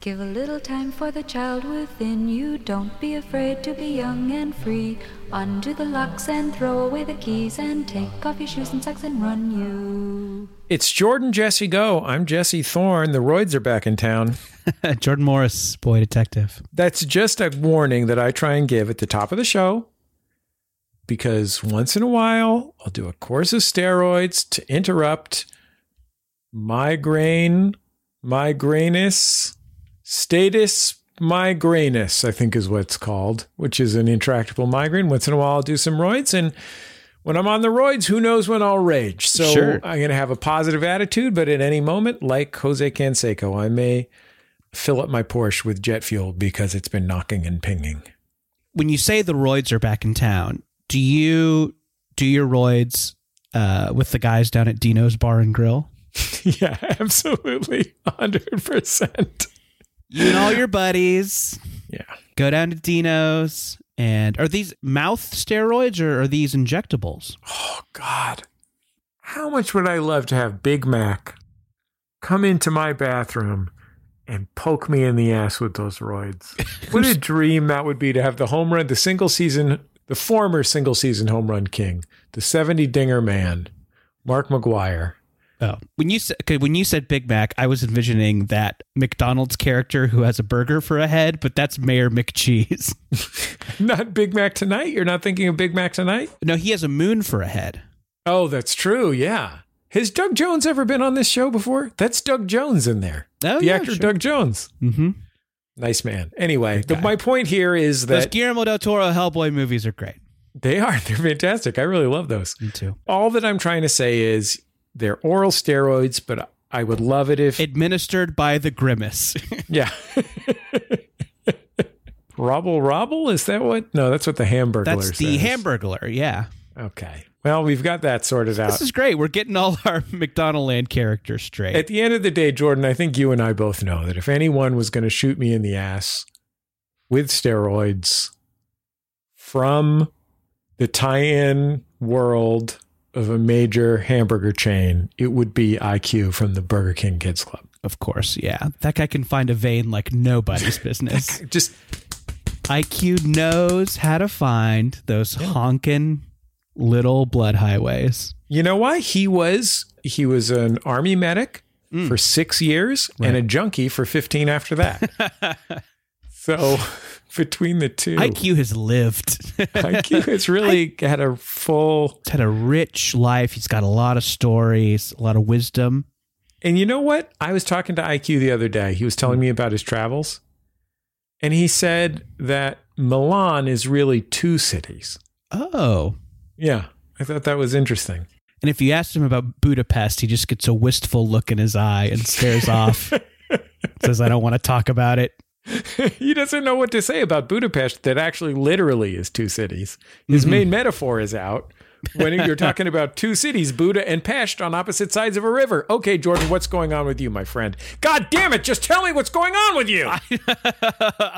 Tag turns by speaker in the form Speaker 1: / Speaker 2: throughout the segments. Speaker 1: Give a little time for the child within you. Don't be afraid to be young and free. Undo the locks and throw away the keys and take off your shoes and socks and run you.
Speaker 2: It's Jordan Jesse Go. I'm Jesse Thorne. The roids are back in town.
Speaker 3: Jordan Morris, boy detective.
Speaker 2: That's just a warning that I try and give at the top of the show because once in a while I'll do a course of steroids to interrupt migraine, migrainous, status migrainous, I think is what it's called, which is an intractable migraine. Once in a while I'll do some roids and when I'm on the roids, who knows when I'll rage. So
Speaker 3: Sure.
Speaker 2: I'm going to have a positive attitude, but at any moment, like Jose Canseco, I may fill up my Porsche with jet fuel because it's been knocking and pinging.
Speaker 3: When you say the roids are back in town, do you do your roids uh, with the guys down at Dino's Bar and Grill?
Speaker 2: yeah, absolutely. 100%.
Speaker 3: You and all your buddies
Speaker 2: Yeah.
Speaker 3: go down to Dino's, and are these mouth steroids or are these injectables?
Speaker 2: Oh, God. How much would I love to have Big Mac come into my bathroom and poke me in the ass with those roids? what a dream that would be to have the home run, the single season, the former single season home run king, the 70 dinger man, Mark McGuire.
Speaker 3: Oh, when you said when you said Big Mac, I was envisioning that McDonald's character who has a burger for a head, but that's Mayor McCheese.
Speaker 2: Not Big Mac tonight? You're not thinking of Big Mac tonight?
Speaker 3: no, he has a moon for a head.
Speaker 2: Oh, that's true. Yeah. Has Doug Jones ever been on this show before? That's Doug Jones in there.
Speaker 3: Oh,
Speaker 2: the
Speaker 3: yeah,
Speaker 2: actor
Speaker 3: sure.
Speaker 2: Doug Jones.
Speaker 3: Mm-hmm.
Speaker 2: Nice man. Anyway, the,
Speaker 3: guy.
Speaker 2: my point here is
Speaker 3: Those
Speaker 2: that
Speaker 3: Guillermo del Toro Hellboy movies are great.
Speaker 2: they are they're fantastic. I really love those.
Speaker 3: Me too.
Speaker 2: All that I'm trying to say is they're oral steroids, but I would love it if
Speaker 3: Administered by the Grimace.
Speaker 2: yeah. Robble Robble? Is that what? No, that's what the hamburger
Speaker 3: That's the
Speaker 2: says.
Speaker 3: Hamburglar. Yeah,
Speaker 2: Okay. Well, we've got that sorted out.
Speaker 3: this is great. We're getting all our McDonald Land characters straight.
Speaker 2: At the end of the day, Jordan, I think you and I both know that if anyone was going to shoot me in the ass with steroids from the tie in world of a major hamburger chain, it would be IQ from the Burger King Kids Club.
Speaker 3: of course, yeah. That guy can find a vein like nobody's business.
Speaker 2: Just
Speaker 3: IQ knows how to find those honking little blood highways.
Speaker 2: You know why he was he was an army medic for 6 years and a junkie for 15 after that. so between the two,
Speaker 3: IQ has lived.
Speaker 2: IQ has really had a full
Speaker 3: He's had a rich life. He's got a lot of stories, a lot of wisdom.
Speaker 2: And you know what? I was talking to IQ the other day. He was telling me about his travels. And he said that Milan is really two cities.
Speaker 3: Oh.
Speaker 2: Yeah. I thought that was interesting.
Speaker 3: And if you asked him about Budapest, he just gets a wistful look in his eye and stares off. Says, I don't want to talk about it.
Speaker 2: he doesn't know what to say about Budapest that actually literally is two cities. His main metaphor is out. When you're talking about two cities, Buda and Pest on opposite sides of a river. Okay, Jordan, what's going on with you, my friend? God damn it, just tell me what's going on with you.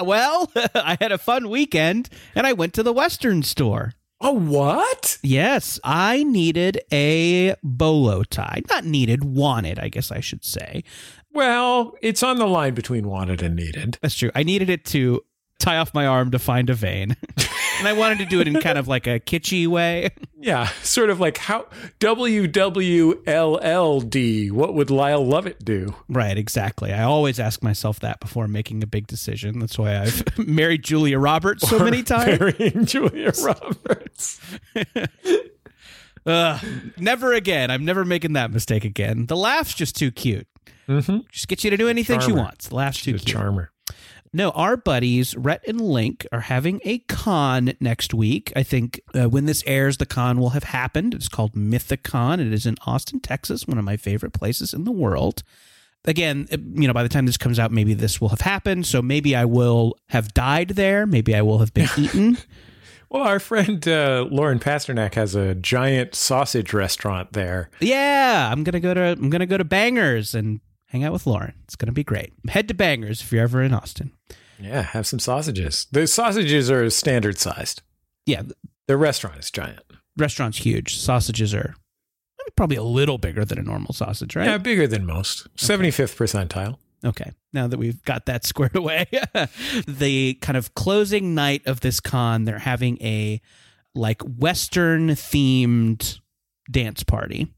Speaker 3: well, I had a fun weekend and I went to the Western store.
Speaker 2: oh, what?
Speaker 3: Yes, I needed a bolo tie. Not needed, wanted, I guess I should say.
Speaker 2: Well, it's on the line between wanted and needed.
Speaker 3: That's true. I needed it to tie off my arm to find a vein. and I wanted to do it in kind of like a kitschy way.
Speaker 2: Yeah, sort of like how WWLLD. What would Lyle Lovett do?
Speaker 3: Right, exactly. I always ask myself that before making a big decision. That's why I've married Julia Roberts so many times.
Speaker 2: Marrying Julia Roberts.
Speaker 3: Ugh, never again. I'm never making that mistake again. The laugh's just too cute.
Speaker 2: Mhm.
Speaker 3: Just gets you to do anything she
Speaker 2: Charmer.
Speaker 3: wants. The laugh's too
Speaker 2: The
Speaker 3: cute.
Speaker 2: charmer.
Speaker 3: No, our buddies Rhett and Link are having a con next week. I think uh, when this airs, the con will have happened. It's called Mythicon. It is in Austin, Texas, one of my favorite places in the world. Again, uh, you know, by the time this comes out, maybe this will have happened. So maybe I will have died there. Maybe I will have been eaten.
Speaker 2: Well, our friend uh, Lauren Pasternak has a giant sausage restaurant there.
Speaker 3: yeah, I'm gonna go to I'm gonna go to Bangers and hang out with Lauren. It's gonna be great. Head to Bangers if you're ever in Austin.
Speaker 2: Yeah, have some sausages. The sausages are standard sized.
Speaker 3: Yeah, the
Speaker 2: The restaurant is giant.
Speaker 3: restaurant's huge. Sausages are probably a little bigger than a normal sausage, right?
Speaker 2: Yeah, bigger than most. 75th percentile.
Speaker 3: Okay. Now that we've got that squared away, the kind of closing night of this con, they're having a like Western themed dance party.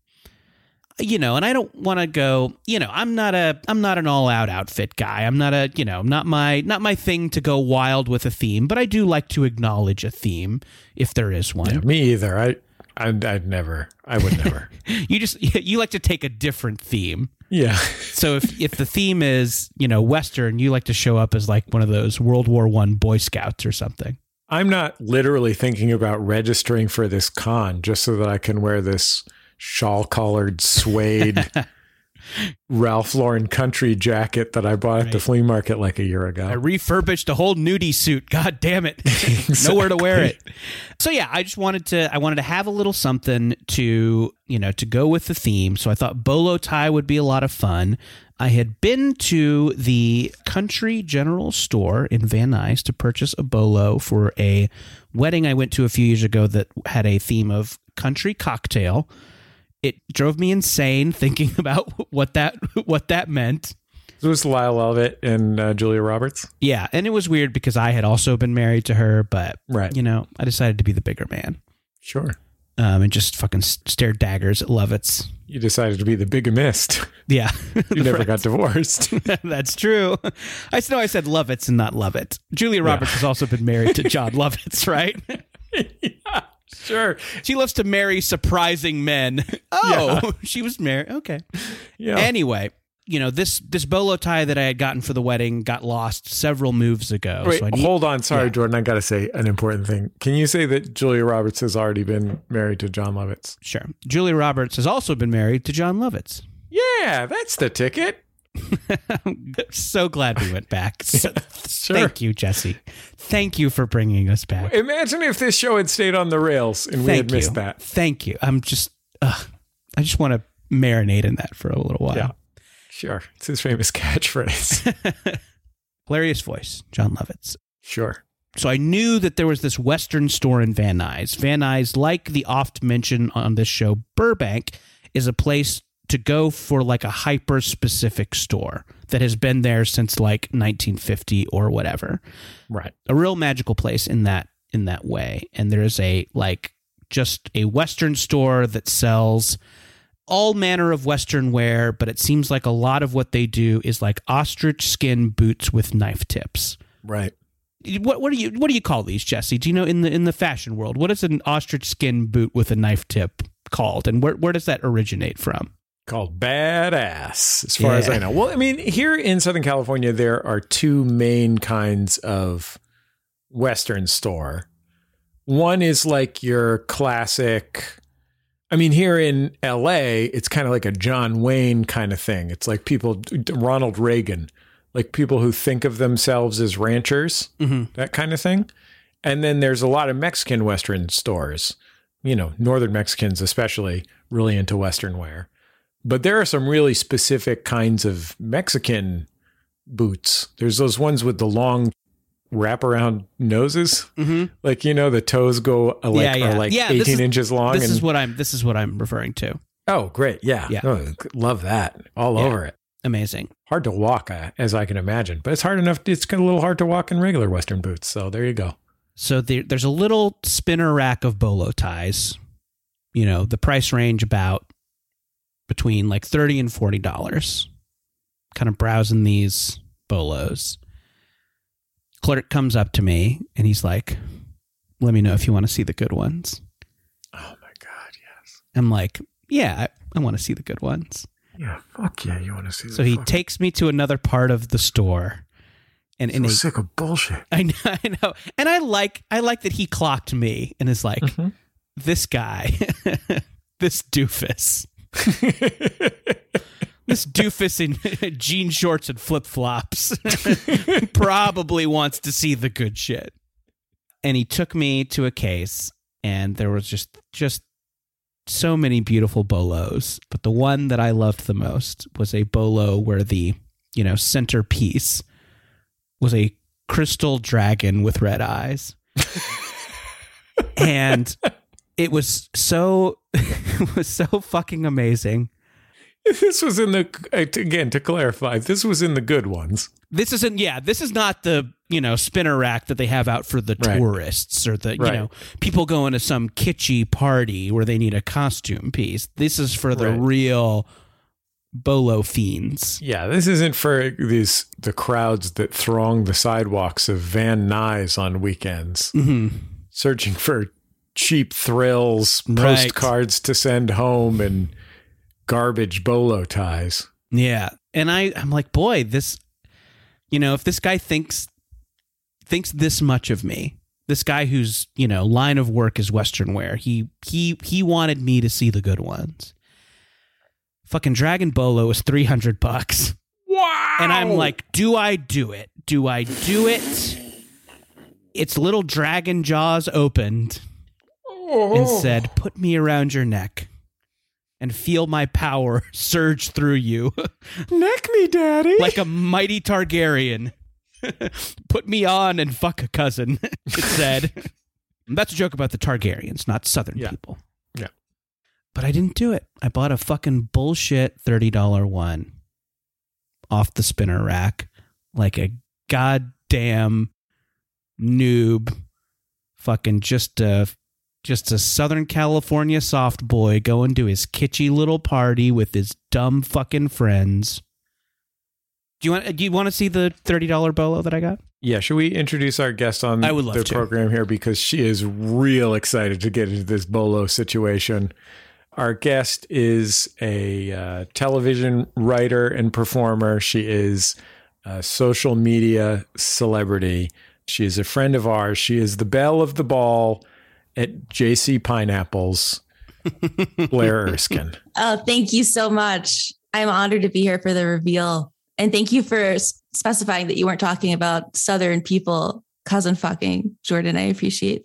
Speaker 3: You know, and I don't want to go, you know, I'm not a I'm not an all out outfit guy. I'm not a, you know, not my not my thing to go wild with a theme, but I do like to acknowledge a theme if there is one.
Speaker 2: Yeah, me either. I, I, I'd never. I would never.
Speaker 3: You just you like to take a different theme.
Speaker 2: yeah.
Speaker 3: So if if the theme is you know Western, you like to show up as like one of those World War One Boy Scouts or something.
Speaker 2: I'm not literally thinking about registering for this con just so that I can wear this shawl collared suede Ralph Lauren country jacket that I bought at the
Speaker 3: Right.
Speaker 2: flea market like a year
Speaker 3: I
Speaker 2: ago.
Speaker 3: refurbished a whole nudie suit. God damn it, nowhere to wear it. So yeah, I just wanted to I wanted to have a little something to you know to go with the theme. So I thought bolo tie would be a lot of fun. I had been to the Country General store in Van Nuys to purchase a bolo for a wedding I went to a few years ago that had a theme of country cocktail. It drove me insane thinking about what that what that meant.
Speaker 2: It was Lyle Lovett and uh, Julia Roberts.
Speaker 3: Yeah, and it was weird because I had also been married to her, but
Speaker 2: Right.
Speaker 3: you know, I decided to be the bigger man
Speaker 2: Sure.
Speaker 3: um, and just fucking s- stare daggers at Lovitz.
Speaker 2: You decided to be the bigamist.
Speaker 3: Yeah,
Speaker 2: You never got divorced.
Speaker 3: that's true. I s- know I said Lovitz and not Lovett. Julia Roberts has also been married to John Lovitz, right?
Speaker 2: sure.
Speaker 3: she loves to marry surprising men. Oh, she was married. Okay.
Speaker 2: Yeah.
Speaker 3: Anyway. You know this this bolo tie that I had gotten for the wedding got lost several moves ago.
Speaker 2: Wait,
Speaker 3: so I need-
Speaker 2: hold on. Sorry, Jordan. I got to say an important thing. Can you say that Julia Roberts has already been married to John Lovitz?
Speaker 3: sure. Julia Roberts has also been married to John Lovitz.
Speaker 2: Yeah, that's the ticket.
Speaker 3: I'm so glad we went back. So-
Speaker 2: Sure.
Speaker 3: Thank you, Jesse. Thank you for bringing us back.
Speaker 2: Imagine if this show had stayed on the rails and we
Speaker 3: Thank
Speaker 2: had
Speaker 3: you.
Speaker 2: missed that.
Speaker 3: Thank you. I'm just, ugh, I just want to marinate in that for a little while.
Speaker 2: Yeah. Sure. It's his famous catchphrase.
Speaker 3: Hilarious voice, John Lovitz.
Speaker 2: sure.
Speaker 3: So I knew that there was this Western store in Van Nuys. Van Nuys, like the oft mentioned on this show, Burbank, is a place to go for like a hyper specific store that has been there since like 1950 or whatever.
Speaker 2: Right.
Speaker 3: a real magical place in that in that way and there is a like just a western store that sells all manner of western wear but it seems like a lot of what they do is like ostrich skin boots with knife tips
Speaker 2: Right.
Speaker 3: what what do you what do you call these jesse do you know in the in the fashion world what is an ostrich skin boot with a knife tip called and where where does that originate from
Speaker 2: Called badass, as far as
Speaker 3: Yeah.
Speaker 2: I know. Well, I mean, here in Southern California, there are two main kinds of Western store. One is like your classic. I mean, here in LA, it's kind of like a John Wayne kind of thing. It's like people, Ronald Reagan, like people who think of themselves as ranchers.
Speaker 3: mm-hmm.
Speaker 2: that kind of thing. And then there's a lot of Mexican Western stores, you know, Northern Mexicans, especially, really into Western wear. But there are some really specific kinds of Mexican boots. There's those ones with the long wraparound noses,
Speaker 3: Mm-hmm.
Speaker 2: like, you know, the toes go uh, like,
Speaker 3: Yeah, yeah.
Speaker 2: Are like
Speaker 3: Yeah,
Speaker 2: 18
Speaker 3: this is-
Speaker 2: inches long.
Speaker 3: this
Speaker 2: and,
Speaker 3: is what i'm this is what i'm referring to
Speaker 2: oh, great. Yeah.
Speaker 3: Yeah.
Speaker 2: Oh, love that. All
Speaker 3: Yeah.
Speaker 2: over it.
Speaker 3: amazing
Speaker 2: Hard to walk, uh, as I can imagine, but it's hard enough. It's a little hard to walk in regular Western boots. So there you go.
Speaker 3: So there, there's a little spinner rack of bolo ties. You know, the price range about between like thirty and forty dollars. Kind of browsing these bolos. Clerk comes up to me and he's like, "Let me know if you want to see the good ones."
Speaker 2: Oh, my God.
Speaker 3: I'm like, "Yeah, I, I want to see the good ones."
Speaker 2: Yeah, fuck yeah, you want to see
Speaker 3: So he takes me to another part of the store, and and he,
Speaker 2: sick of bullshit.
Speaker 3: I know, I know, and I like I like that he clocked me and is like. this guy, this doofus, this doofus in jean shorts and flip flops probably wants to see the good shit. And he took me to a case, and there was just just so many beautiful bolos, but the one that I loved the most was a bolo where the you know centerpiece was a crystal dragon with red eyes. and it was so it was so fucking amazing
Speaker 2: This was in the again to clarify. This was in the good ones.
Speaker 3: This isn't yeah, this is not the, you know, spinner rack that they have out for the
Speaker 2: Right.
Speaker 3: tourists or the,
Speaker 2: Right.
Speaker 3: you know, people going to some kitschy party where they need a costume piece. This is for the
Speaker 2: Right.
Speaker 3: real bolo fiends.
Speaker 2: Yeah, this isn't for these the crowds that throng the sidewalks of Van Nuys on weekends,
Speaker 3: Mhm.
Speaker 2: searching for cheap thrills,
Speaker 3: Right.
Speaker 2: postcards to send home, and garbage bolo ties.
Speaker 3: Yeah. And I, I'm like, boy, this you know, if this guy thinks thinks this much of me, this guy whose, you know, line of work is Western wear, he he he wanted me to see the good ones. Fucking Dragon Bolo is three hundred bucks.
Speaker 2: Wow!
Speaker 3: And I'm like, do I do it? Do I do it? Its little dragon jaws opened and said, Put me around your neck and feel my power surge through you
Speaker 2: "Neck me, daddy."
Speaker 3: like a mighty Targaryen. Put me on and fuck a cousin, it said. That's a joke about the Targaryens, not Southern
Speaker 2: Yeah.
Speaker 3: people.
Speaker 2: Yeah.
Speaker 3: But I didn't do it. I bought a fucking bullshit $30 one off the spinner rack like a goddamn noob, fucking just a. Just a Southern California soft boy going to his kitschy little party with his dumb fucking friends. Do you want? Do you want to see the thirty dollar bolo that I got?
Speaker 2: yeah, should we introduce our guest on
Speaker 3: I would love
Speaker 2: the
Speaker 3: to.
Speaker 2: program here because she is real excited to get into this bolo situation. Our guest is a uh, television writer and performer. She is a social media celebrity. She is a friend of ours. She is the belle of the ball at JC Pineapples, Blair Erskine.
Speaker 4: Oh, thank you so much. I'm honored to be here for the reveal. And thank you for s- specifying that you weren't talking about Southern people cousin fucking Jordan. I appreciate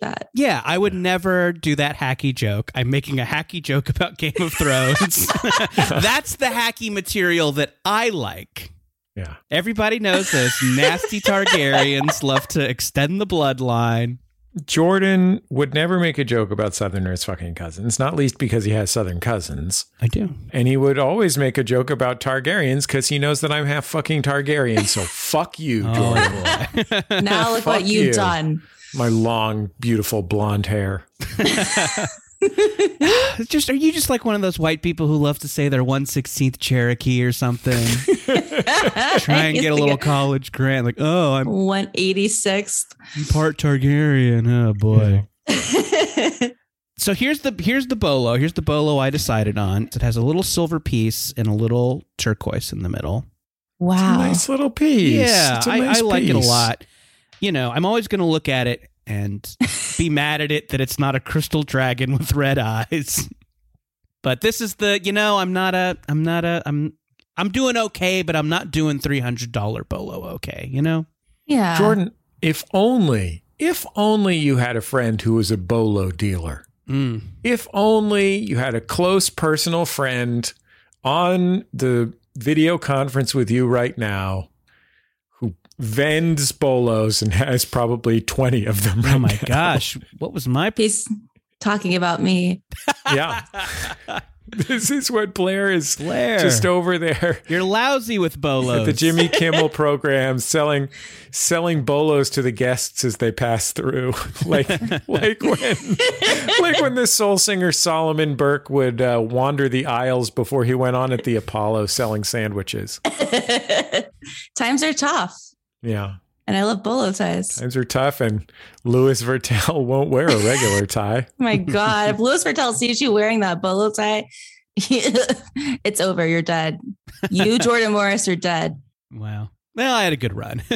Speaker 4: that.
Speaker 3: Yeah, I would never do that hacky joke. I'm making a hacky joke about Game of Thrones. That's the hacky material that I like.
Speaker 2: Yeah.
Speaker 3: Everybody knows those nasty Targaryens love to extend the bloodline.
Speaker 2: Jordan would never make a joke about Southerners fucking cousins, not least because he has Southern cousins.
Speaker 3: I do.
Speaker 2: And he would always make a joke about Targaryens because he knows that I'm half fucking Targaryen. So fuck you, Jordan.
Speaker 3: Oh, boy.
Speaker 4: Now look what
Speaker 2: Fuck
Speaker 4: you've
Speaker 2: you.
Speaker 4: done.
Speaker 2: My long, beautiful blonde hair.
Speaker 3: It's just are you just like one of those white people who love to say they're one sixteenth Cherokee or something? Try and get a little college grant, like oh, I'm
Speaker 4: 186th.
Speaker 3: part Targaryen. Oh boy. So here's the here's the bolo. Here's the bolo I decided on. It has a little silver piece and a little turquoise in the middle.
Speaker 2: It's a
Speaker 4: wow.
Speaker 2: nice little piece.
Speaker 3: Yeah,
Speaker 2: It's a
Speaker 3: I,
Speaker 2: nice
Speaker 3: I like it a
Speaker 2: piece.
Speaker 3: lot. You know, I'm always going to look at it and be mad at it that it's not a crystal dragon with red eyes. But this is the you know I'm not a I'm not a I'm I'm doing okay, but I'm not doing three hundred dollar bolo okay. You know,
Speaker 4: Yeah.
Speaker 2: Jordan, if only, if only you had a friend who was a bolo dealer.
Speaker 3: mm.
Speaker 2: If only you had a close personal friend on the video conference with you right now who vends bolos and has probably 20 of them right
Speaker 3: oh my
Speaker 2: now.
Speaker 3: gosh, what was my
Speaker 4: He's talking about me.
Speaker 2: yeah. this is what Blair is
Speaker 3: Blair?
Speaker 2: just over there
Speaker 3: You're lousy with bolos.
Speaker 2: at the Jimmy Kimmel program selling selling bolos to the guests as they pass through. like like when like when the soul singer Solomon Burke would uh, wander the aisles before he went on at the Apollo selling sandwiches.
Speaker 4: Times are tough.
Speaker 2: Yeah.
Speaker 4: And I love bolo ties.
Speaker 2: Times are tough and Louis Vertel won't wear a regular tie.
Speaker 4: Oh my God. if Louis Vertel sees you wearing that bolo tie, it's over. You're dead. You, Jordan Morris, are dead.
Speaker 3: Wow. Well, I had a good run.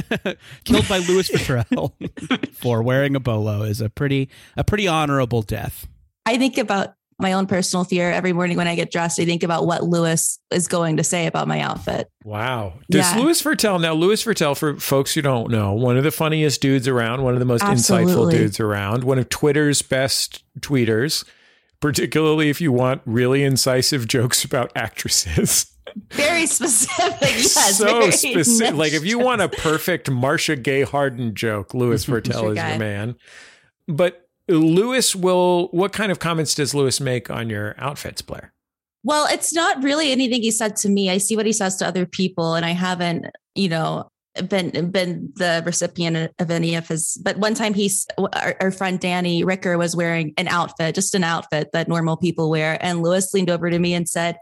Speaker 3: Killed by Louis Futrell for wearing a bolo is a pretty a pretty honorable death.
Speaker 4: I think about my own personal fear every morning when I get dressed. I think about what Lewis is going to say about my outfit.
Speaker 2: Wow. Does
Speaker 4: Yeah.
Speaker 2: Louis Vertel now Louis Vertel for folks who don't know, one of the funniest dudes around, one of the most insightful
Speaker 4: Absolutely.
Speaker 2: dudes around, one of Twitter's best tweeters, particularly if you want really incisive jokes about actresses.
Speaker 4: Very specific. Yes.
Speaker 2: so
Speaker 4: very
Speaker 2: specific.
Speaker 4: niche.
Speaker 2: Like if you want a perfect Marsha Gay Harden joke, Louis Vertel
Speaker 4: your
Speaker 2: is
Speaker 4: guy.
Speaker 2: your man. But Louis will what kind of comments does Louis make on your outfits, Blair?
Speaker 4: Well, it's not really anything he said to me. I see what he says to other people, and I haven't, you know, been been the recipient of any of his. But one time, he's our, our friend Danny Ricker was wearing an outfit, just an outfit that normal people wear, and Lewis leaned over to me and said,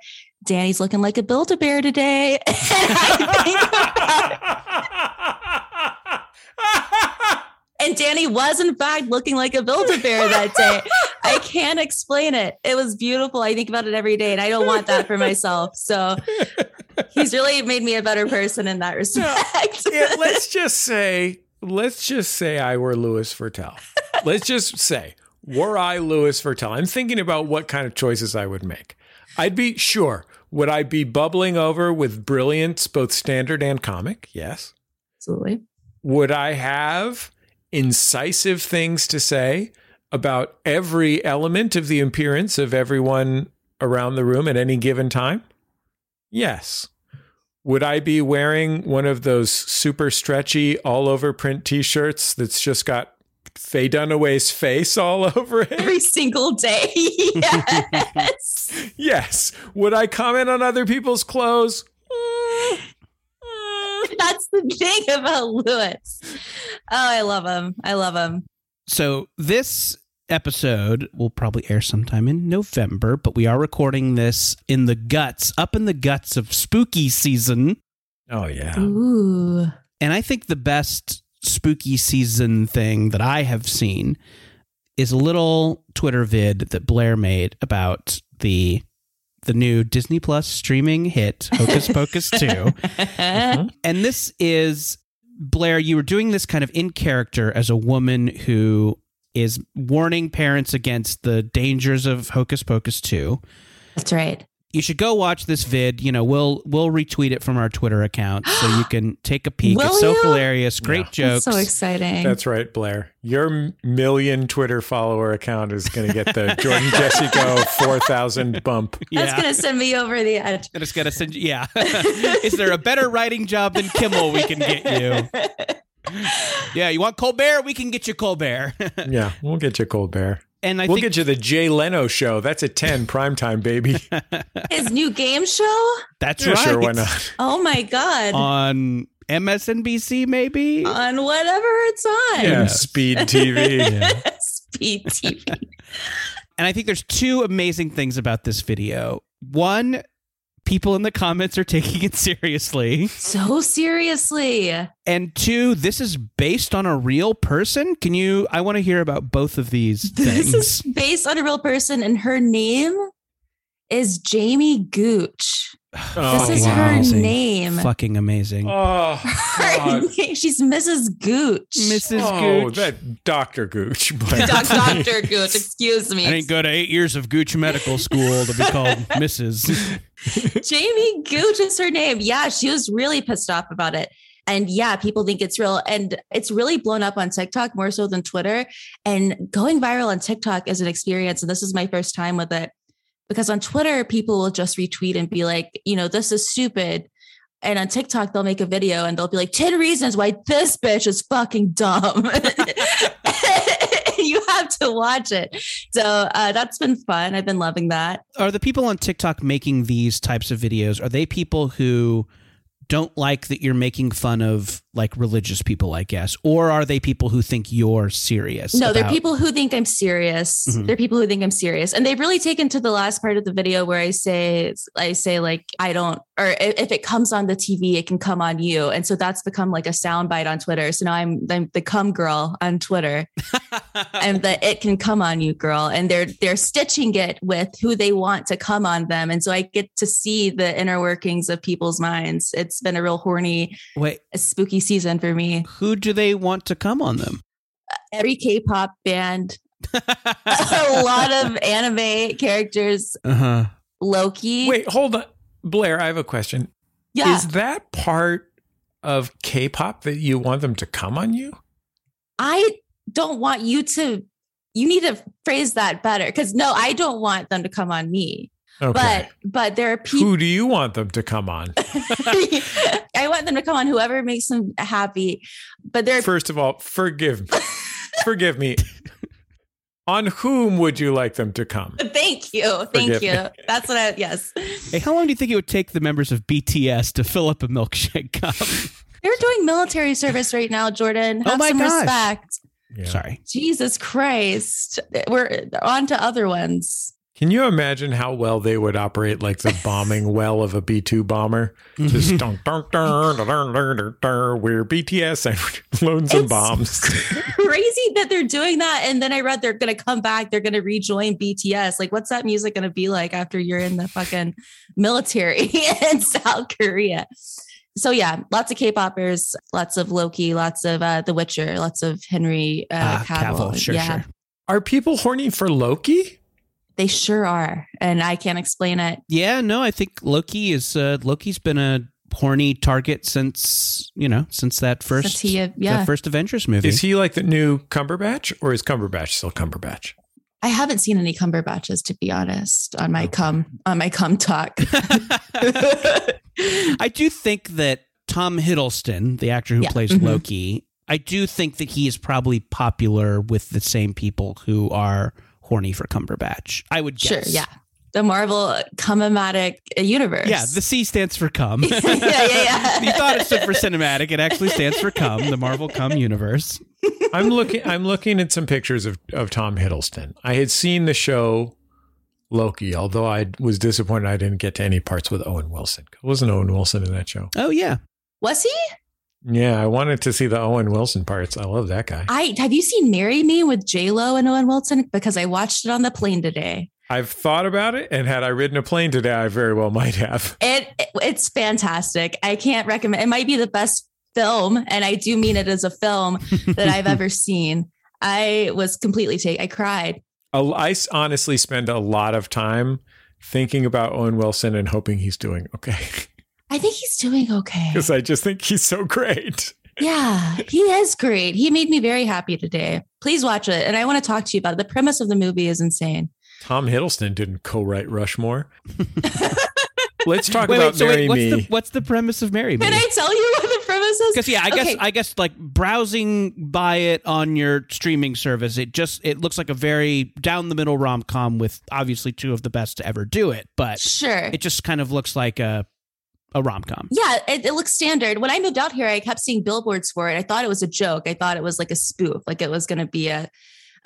Speaker 4: "Danny's looking like a build a bear today." And I think about- and Danny was in fact looking like a Build-A-Bear that day. I can't explain it. It was beautiful. I think about it every day, and I don't want that for myself. So he's really made me a better person in that respect.
Speaker 2: Yeah, let's just say, let's just say I were Louis Vertel. Let's just say, were I Louis Vertel, I'm thinking about what kind of choices I would make. I'd be sure. Would I be bubbling over with brilliance, both standard and comic? Yes.
Speaker 4: Absolutely.
Speaker 2: Would I have incisive things to say about every element of the appearance of everyone around the room at any given time? Yes. Would I be wearing one of those super stretchy all over print t shirts that's just got Faye Dunaway's face all over it?
Speaker 4: Every single day. yes.
Speaker 2: Yes. Would I comment on other people's clothes?
Speaker 4: That's the thing about Lewis. Oh, I love him. I love him.
Speaker 3: So this episode will probably air sometime in November, but we are recording this in the guts, up in the guts of spooky season.
Speaker 2: Oh, yeah.
Speaker 4: Ooh.
Speaker 3: And I think the best spooky season thing that I have seen is a little Twitter vid that Blair made about the the new Disney Plus streaming hit Hocus Pocus 2. And this is Blair, you were doing this kind of in character as a woman who is warning parents against the dangers of Hocus Pocus 2.
Speaker 4: That's right.
Speaker 3: You should go watch this vid. You know, we'll we'll retweet it from our Twitter account so you can take a peek.
Speaker 4: Will
Speaker 3: it's so
Speaker 4: you?
Speaker 3: hilarious. Great jokes.
Speaker 4: That's so exciting.
Speaker 2: That's right, Blair. Your m- million Twitter follower account is going to get the Jordan Jesse Go 4000 bump.
Speaker 4: That's gonna send me over the edge.
Speaker 3: That it's gonna send you. Yeah. Is there a better writing job than Kimmel we can get you? Yeah, you want Colbert? We can get you Colbert.
Speaker 2: Yeah, we'll get you cold bear.
Speaker 3: and I
Speaker 2: we'll
Speaker 3: think
Speaker 2: get you the Jay Leno show. That's a 10 primetime, baby.
Speaker 4: His new game show?
Speaker 3: that's
Speaker 2: Yeah,
Speaker 3: right.
Speaker 2: Sure, why not?
Speaker 4: Oh my god.
Speaker 3: On MSNBC,
Speaker 2: Uh,
Speaker 3: maybe.
Speaker 4: on whatever it's on.
Speaker 2: Yeah, Speed TV.
Speaker 4: Speed TV.
Speaker 3: And I think there's two amazing things about this video. One, people in the comments are taking it seriously.
Speaker 4: so seriously.
Speaker 3: And two, this is based on a real person. Can you? I want to hear about both of these
Speaker 4: This
Speaker 3: things.
Speaker 4: is based on a real person, and her name is Jamie Gooch.
Speaker 2: Oh,
Speaker 4: this is
Speaker 3: wow.
Speaker 4: her
Speaker 3: Amazing.
Speaker 4: name.
Speaker 3: Fucking amazing.
Speaker 2: Oh,
Speaker 4: Her
Speaker 2: God.
Speaker 4: name- She's Mrs. Gooch.
Speaker 3: Mrs.
Speaker 2: Oh,
Speaker 3: Gooch.
Speaker 2: that Dr. Gooch.
Speaker 4: Doc- Dr. Gooch, excuse
Speaker 3: I didn't
Speaker 4: me.
Speaker 3: go to eight years of Gooch Medical School to be called Mrs.
Speaker 4: Jamie Gooch is her name. Yeah, she was really pissed off about it. And yeah, people think it's real. And it's really blown up on TikTok more so than Twitter. And going viral on TikTok is an experience. And this is my first time with it because on Twitter, people will just retweet and be like, you know, this is stupid. And on TikTok, they'll make a video and they'll be like, 10 reasons why this bitch is fucking dumb. you have to watch it. So uh, that's been fun. I've been loving that.
Speaker 3: Are the people on TikTok making these types of videos? Are they people who don't like that you're making fun of like religious people, I guess? Or are they people who think you're serious?
Speaker 4: No, they're
Speaker 3: about-
Speaker 4: people who think I'm serious.
Speaker 3: Mhm.
Speaker 4: They're people who think I'm serious, and they've really taken to the last part of the video where I say, I say like I don't, or i- if it comes on the TV, it can come on you, and so that's become like a soundbite on Twitter. So now I'm, I'm the cum girl on Twitter, and the it can come on you girl, and they're they're stitching it with who they want to come on them, and so I get to see the inner workings of people's minds. It's been a real horny,
Speaker 3: Wait,
Speaker 4: spooky season for me.
Speaker 3: who do they want to come on them?
Speaker 4: Every K-pop band a lot of anime characters.
Speaker 3: Uh-huh.
Speaker 4: Loki.
Speaker 2: Wait, hold on. Blair, I have a question.
Speaker 4: yeah.
Speaker 2: Is that part of K pop that you want them to come on you?
Speaker 4: I don't want you to, you need to phrase that better because no, I don't want them to come on me.
Speaker 2: Okay.
Speaker 4: But, but there are people,
Speaker 2: Who do you want them to come on?
Speaker 4: I want them to come on whoever makes them happy. But there are
Speaker 2: First of all, forgive me. forgive me. On whom would you like them to come?
Speaker 4: Thank you. Thank
Speaker 2: Forgive
Speaker 4: you. That's what I, yes.
Speaker 3: Hey, how long do you think it would take the members of BTS to fill up a milkshake cup?
Speaker 4: They're doing military service right now, Jordan.
Speaker 3: Oh
Speaker 4: Have
Speaker 3: my
Speaker 4: some
Speaker 3: gosh.
Speaker 4: respect.
Speaker 2: Yeah.
Speaker 3: Sorry.
Speaker 4: Jesus Christ. We're on to other ones.
Speaker 2: Can you imagine how well they would operate like the bombing well of a B 2 bomber? Just dun, dun, dun, dun, dun, dun, dun, dun, we're BTS and loans and
Speaker 4: It's-
Speaker 2: bombs.
Speaker 4: Crazy that they're doing that. And then I read they're going to come back. They're going to rejoin BTS. Like, what's that music going to be like after you're in the fucking military in South Korea? So, yeah, lots of K poppers, lots of Loki, lots of uh, The Witcher, lots of Henry uh,
Speaker 3: Ah,
Speaker 4: Cavill.
Speaker 3: Cavill, Sure,
Speaker 4: yeah.
Speaker 3: sure.
Speaker 2: Are people horny for Loki?
Speaker 4: They sure are. And I can't explain it.
Speaker 3: Yeah, no, I think Loki is uh, Loki's been a horny target since you know since that first
Speaker 4: Since he, uh, yeah.
Speaker 3: that first Avengers movie.
Speaker 2: Is he like the new Cumberbatch or is Cumberbatch still Cumberbatch?
Speaker 4: I haven't seen any Cumberbatches, to be honest, on
Speaker 3: Oh.
Speaker 4: my cum, on my cum talk.
Speaker 3: I do think that Tom Hiddleston, the actor who
Speaker 4: Yeah.
Speaker 3: plays
Speaker 4: Mhm.
Speaker 3: Loki, I do think that he is probably popular with the same people who are horny for Cumberbatch. I would guess.
Speaker 4: Sure, yeah. The Marvel cumomatic universe.
Speaker 3: Yeah, the C stands for cum.
Speaker 4: Yeah, yeah, yeah.
Speaker 3: you thought it stood for cinematic. It actually stands for cum, the Marvel cum universe.
Speaker 2: I'm looking I'm looking at some pictures of, of Tom Hiddleston. I had seen the show Loki, although I was disappointed I didn't get to any parts with Owen Wilson. Wasn't Owen Wilson in that show?
Speaker 3: Oh yeah.
Speaker 4: was he?
Speaker 2: Yeah, I wanted to see the Owen Wilson parts. I love that guy.
Speaker 4: I have you seen Marry Me with J Lo and Owen Wilson? Because I watched it on the plane today.
Speaker 2: I've thought about it, and had I ridden a plane today, I very well might have.
Speaker 4: It, it's fantastic. I can't recommend. It might be the best film, and I do mean it as a film that I've ever seen. I was completely taken. I cried.
Speaker 2: A- I s- honestly spend a lot of time thinking about Owen Wilson and hoping he's doing okay
Speaker 4: I think he's doing okay.
Speaker 2: because I just think he's so great.
Speaker 4: Yeah, he is great. He made me very happy today. Please watch it. And I want to talk to you about it. The premise of the movie is insane.
Speaker 2: Tom Hiddleston didn't co-write Rushmore. Let's talk
Speaker 3: Wait,
Speaker 2: about
Speaker 3: wait, so
Speaker 2: Marry
Speaker 3: wait, what's
Speaker 2: Me.
Speaker 3: the what's the premise of Marry Me?
Speaker 4: Can I tell you what the premise is?
Speaker 3: Because yeah, I guess
Speaker 4: Okay.
Speaker 3: I guess like browsing by it on your streaming service, it just it looks like a very down the middle rom com with obviously two of the best to ever do it, but
Speaker 4: Sure.
Speaker 3: it just kind of looks like a a rom com.
Speaker 4: Yeah, it, it looks standard. When I moved out here, I kept seeing billboards for it. I thought it was a joke. I thought it was like a spoof, like it was going to be a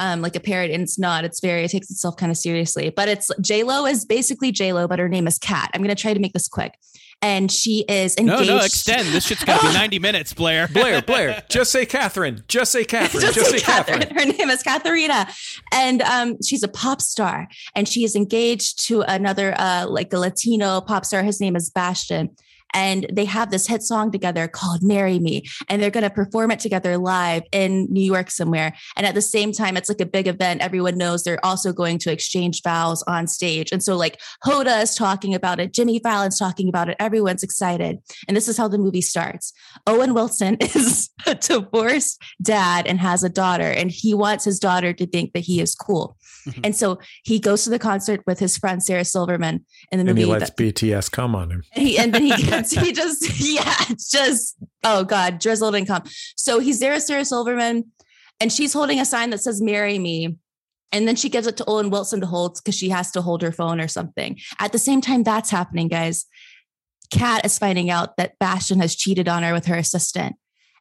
Speaker 4: um like a parody, and it's not. It's very it takes itself kind of seriously. But it's J Lo is basically J Lo, but her name is Kat. I'm going to try to make this quick, and she is
Speaker 3: No,
Speaker 4: engaged.
Speaker 3: no, extend. This shit's got to be ninety minutes, Blair.
Speaker 2: Blair, Blair, just say Catherine. Just say Catherine. just, say Catherine.
Speaker 4: Her name is Katharina, and um, she's a pop star, and she is engaged to another uh, like a Latino pop star. His name is Bastion. And they have this hit song together called Marry Me, and they're going to perform it together live in New York somewhere. And at the same time, it's like a big event. Everyone knows they're also going to exchange vows on stage. And so, like, Hoda is talking about it, Jimmy Fallon's talking about it, everyone's excited. And this is how the movie starts. Owen Wilson is a divorced dad and has a daughter and he wants his daughter to think that he is cool.
Speaker 2: Mm-hmm.
Speaker 3: Mhm.
Speaker 4: And so he goes to the concert with his friend Sarah Silverman in the
Speaker 2: And
Speaker 4: movie
Speaker 2: he lets
Speaker 4: that-
Speaker 2: BTS come on him.
Speaker 4: and, he, and then he gets he just yeah it's just oh god drizzled and come. So he's there with Sarah Silverman and she's holding a sign that says marry me. And then she gives it to Owen Wilson to hold because she has to hold her phone or something. At the same time that's happening, guys, Kat is finding out that Bastion has cheated on her with her assistant.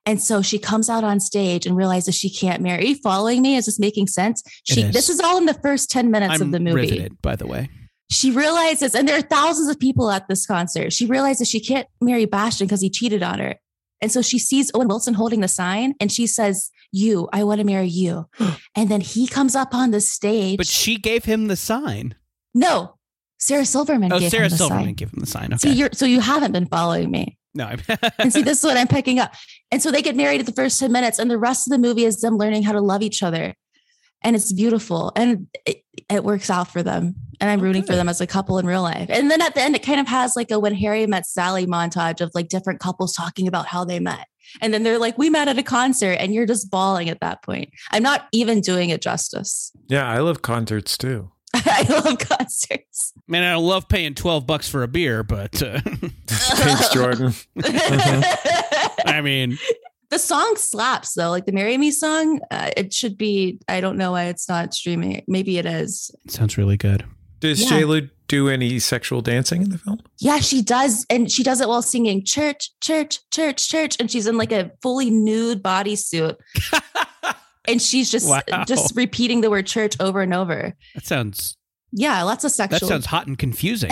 Speaker 4: And so she comes out on stage and realizes she can't marry. Are you following me? Is this making sense?
Speaker 3: It
Speaker 4: She
Speaker 3: is.
Speaker 4: this is all in the first 10 minutes
Speaker 3: I'm
Speaker 4: of the movie
Speaker 3: riveted, by the way.
Speaker 4: she realizes, and there are thousands of people at this concert. She realizes she can't marry Bastion because he cheated on her. And so she sees Owen Wilson holding the sign and she says, You, I want to marry you. and then he comes up on the stage.
Speaker 3: But she gave him the sign.
Speaker 4: no, Sarah Silverman.
Speaker 3: Oh,
Speaker 4: gave
Speaker 3: Sarah
Speaker 4: him the
Speaker 3: Silverman
Speaker 4: Sign.
Speaker 3: gave him the sign.
Speaker 4: See,
Speaker 3: Okay.
Speaker 4: you're, so you haven't been following me.
Speaker 3: no, I'm
Speaker 4: And see, this is what I'm picking up. And so they get married at the first 10 minutes, and the rest of the movie is them learning how to love each other. And it's beautiful. And it, it works out for them. And I'm rooting for
Speaker 3: Okay.
Speaker 4: them as a couple in real life. And then at the end, it kind of has like a when Harry met Sally montage of like different couples talking about how they met. And then they're like, we met at a concert, and you're just bawling at that point. I'm not even doing it justice.
Speaker 2: Yeah, I love concerts too.
Speaker 4: I love concerts.
Speaker 3: man. I love paying twelve bucks for a beer, but uh, Mm-hmm.
Speaker 2: Thanks, Jordan.
Speaker 3: I mean,
Speaker 4: The song slaps though, like the "Marry Me" song. Uh, it should be. I don't know why it's not streaming. Maybe it is.
Speaker 3: It sounds really good.
Speaker 2: Does
Speaker 4: Yeah.
Speaker 2: Shayla do any sexual dancing in the film?
Speaker 4: Yeah, she does, and she does it while singing "Church, Church, Church, Church," and she's in like a fully nude bodysuit, and she's just
Speaker 3: Wow.
Speaker 4: just repeating the word "church" over and over.
Speaker 3: That sounds
Speaker 4: Yeah, lots of
Speaker 3: that
Speaker 4: sexual.
Speaker 3: sounds hot and confusing.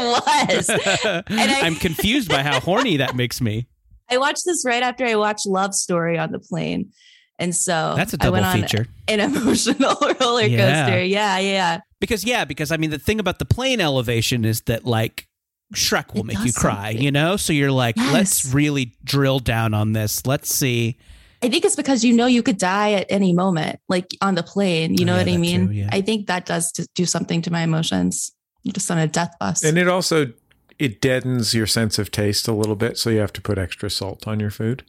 Speaker 4: was. I-
Speaker 3: I'm confused by how horny that makes me.
Speaker 4: I watched this right after I watched Love Story on the plane. And so
Speaker 3: That's a
Speaker 4: Oh, I
Speaker 3: double
Speaker 4: went on
Speaker 3: feature.
Speaker 4: an emotional roller
Speaker 3: Yeah.
Speaker 4: coaster. Yeah, yeah, yeah.
Speaker 3: Because yeah, because I mean the thing about the plane elevation is that like Shrek will
Speaker 4: It
Speaker 3: make
Speaker 4: does
Speaker 3: you cry,
Speaker 4: something.
Speaker 3: you know? So you're like, let's
Speaker 4: Yes.
Speaker 3: really drill down on this. Let's see.
Speaker 4: I think it's because you know you could die at any moment, like on the plane.
Speaker 3: Oh,
Speaker 4: You know
Speaker 3: yeah,
Speaker 4: what I
Speaker 3: that
Speaker 4: mean?
Speaker 3: too, yeah.
Speaker 4: I think that does t- do something to my emotions. You're just on a death bus.
Speaker 2: And it also it deadens your sense of taste a little bit, so you have to put extra salt on your food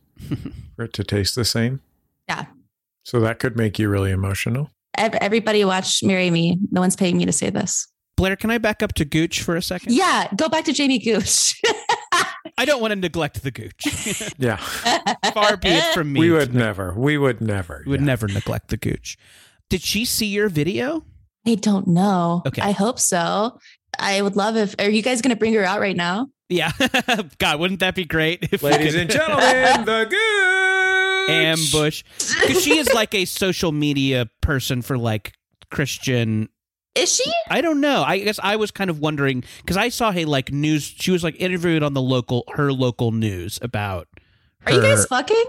Speaker 2: for it to taste the same.
Speaker 4: Yeah.
Speaker 2: So that could make you really emotional.
Speaker 4: Ev- Everybody watch Marry Me. No one's paying me to say this.
Speaker 3: Blair, can I back up to Gooch for a second?
Speaker 4: Yeah, go back to Jamie Gooch.
Speaker 3: I don't want to neglect the Gooch.
Speaker 2: Yeah.
Speaker 3: Far be it from me.
Speaker 2: we
Speaker 3: to
Speaker 2: would never. We would never.
Speaker 3: We would
Speaker 2: yeah.
Speaker 3: never neglect the Gooch. Did she see your video?
Speaker 4: I don't know.
Speaker 3: Okay.
Speaker 4: I hope so. I would love if. Are you guys going to bring her out right now?
Speaker 3: Yeah. God, wouldn't that be great? If we
Speaker 2: Ladies
Speaker 3: could
Speaker 2: and gentlemen, the good
Speaker 3: ambush. Because she is like a social media person for like Christian.
Speaker 4: Is she?
Speaker 3: I don't know. I guess I was kind of wondering because I saw a like news. She was like interviewed on the local, her local news about.
Speaker 4: Are you guys
Speaker 3: her-
Speaker 4: fucking?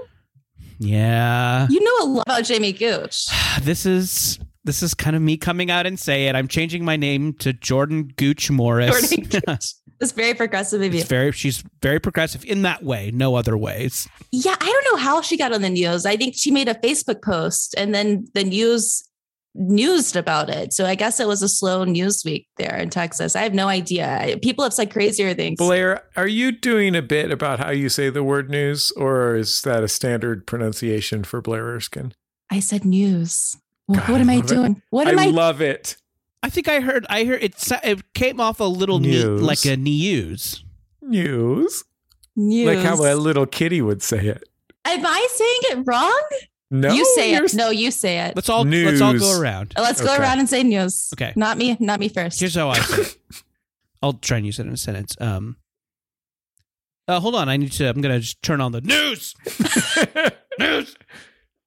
Speaker 3: yeah.
Speaker 4: You know a lot about Jamie Gooch.
Speaker 3: This is this is kind of me coming out and say it. I'm changing my name to Jordan Gooch Morris.
Speaker 4: Jordan Gooch. It's very progressive of you.
Speaker 3: It's very she's very progressive in that way, no other ways.
Speaker 4: yeah, I don't know how she got on the news. I think she made a Facebook post and then the news newsed about it. So I guess it was a slow news week there in Texas. I have no idea. I- People have said crazier things.
Speaker 2: Blair, are you doing a bit about how you say the word news, or is that a standard pronunciation for Blair Erskine?
Speaker 4: I said news. Wh-
Speaker 2: God,
Speaker 4: what
Speaker 2: I
Speaker 4: am I,
Speaker 2: love it.
Speaker 4: doing? What
Speaker 2: I
Speaker 4: am I?
Speaker 2: love it.
Speaker 3: I think I heard I heard it sa- it came off a little neat,
Speaker 2: News.
Speaker 3: like a news.
Speaker 2: News.
Speaker 4: news.
Speaker 2: Like how a little kitty would say it.
Speaker 4: am I saying it wrong?
Speaker 2: No.
Speaker 4: you say
Speaker 2: you're-
Speaker 4: it. No, you say it.
Speaker 3: Let's all let's all
Speaker 2: News.
Speaker 3: go around.
Speaker 4: Let's go
Speaker 2: Okay.
Speaker 4: around and say news.
Speaker 3: Okay.
Speaker 4: Not me. Not me first.
Speaker 3: Here's how I say it. I'll try and use it in a sentence. Um uh, hold on, I need to I'm gonna just turn on the news. news.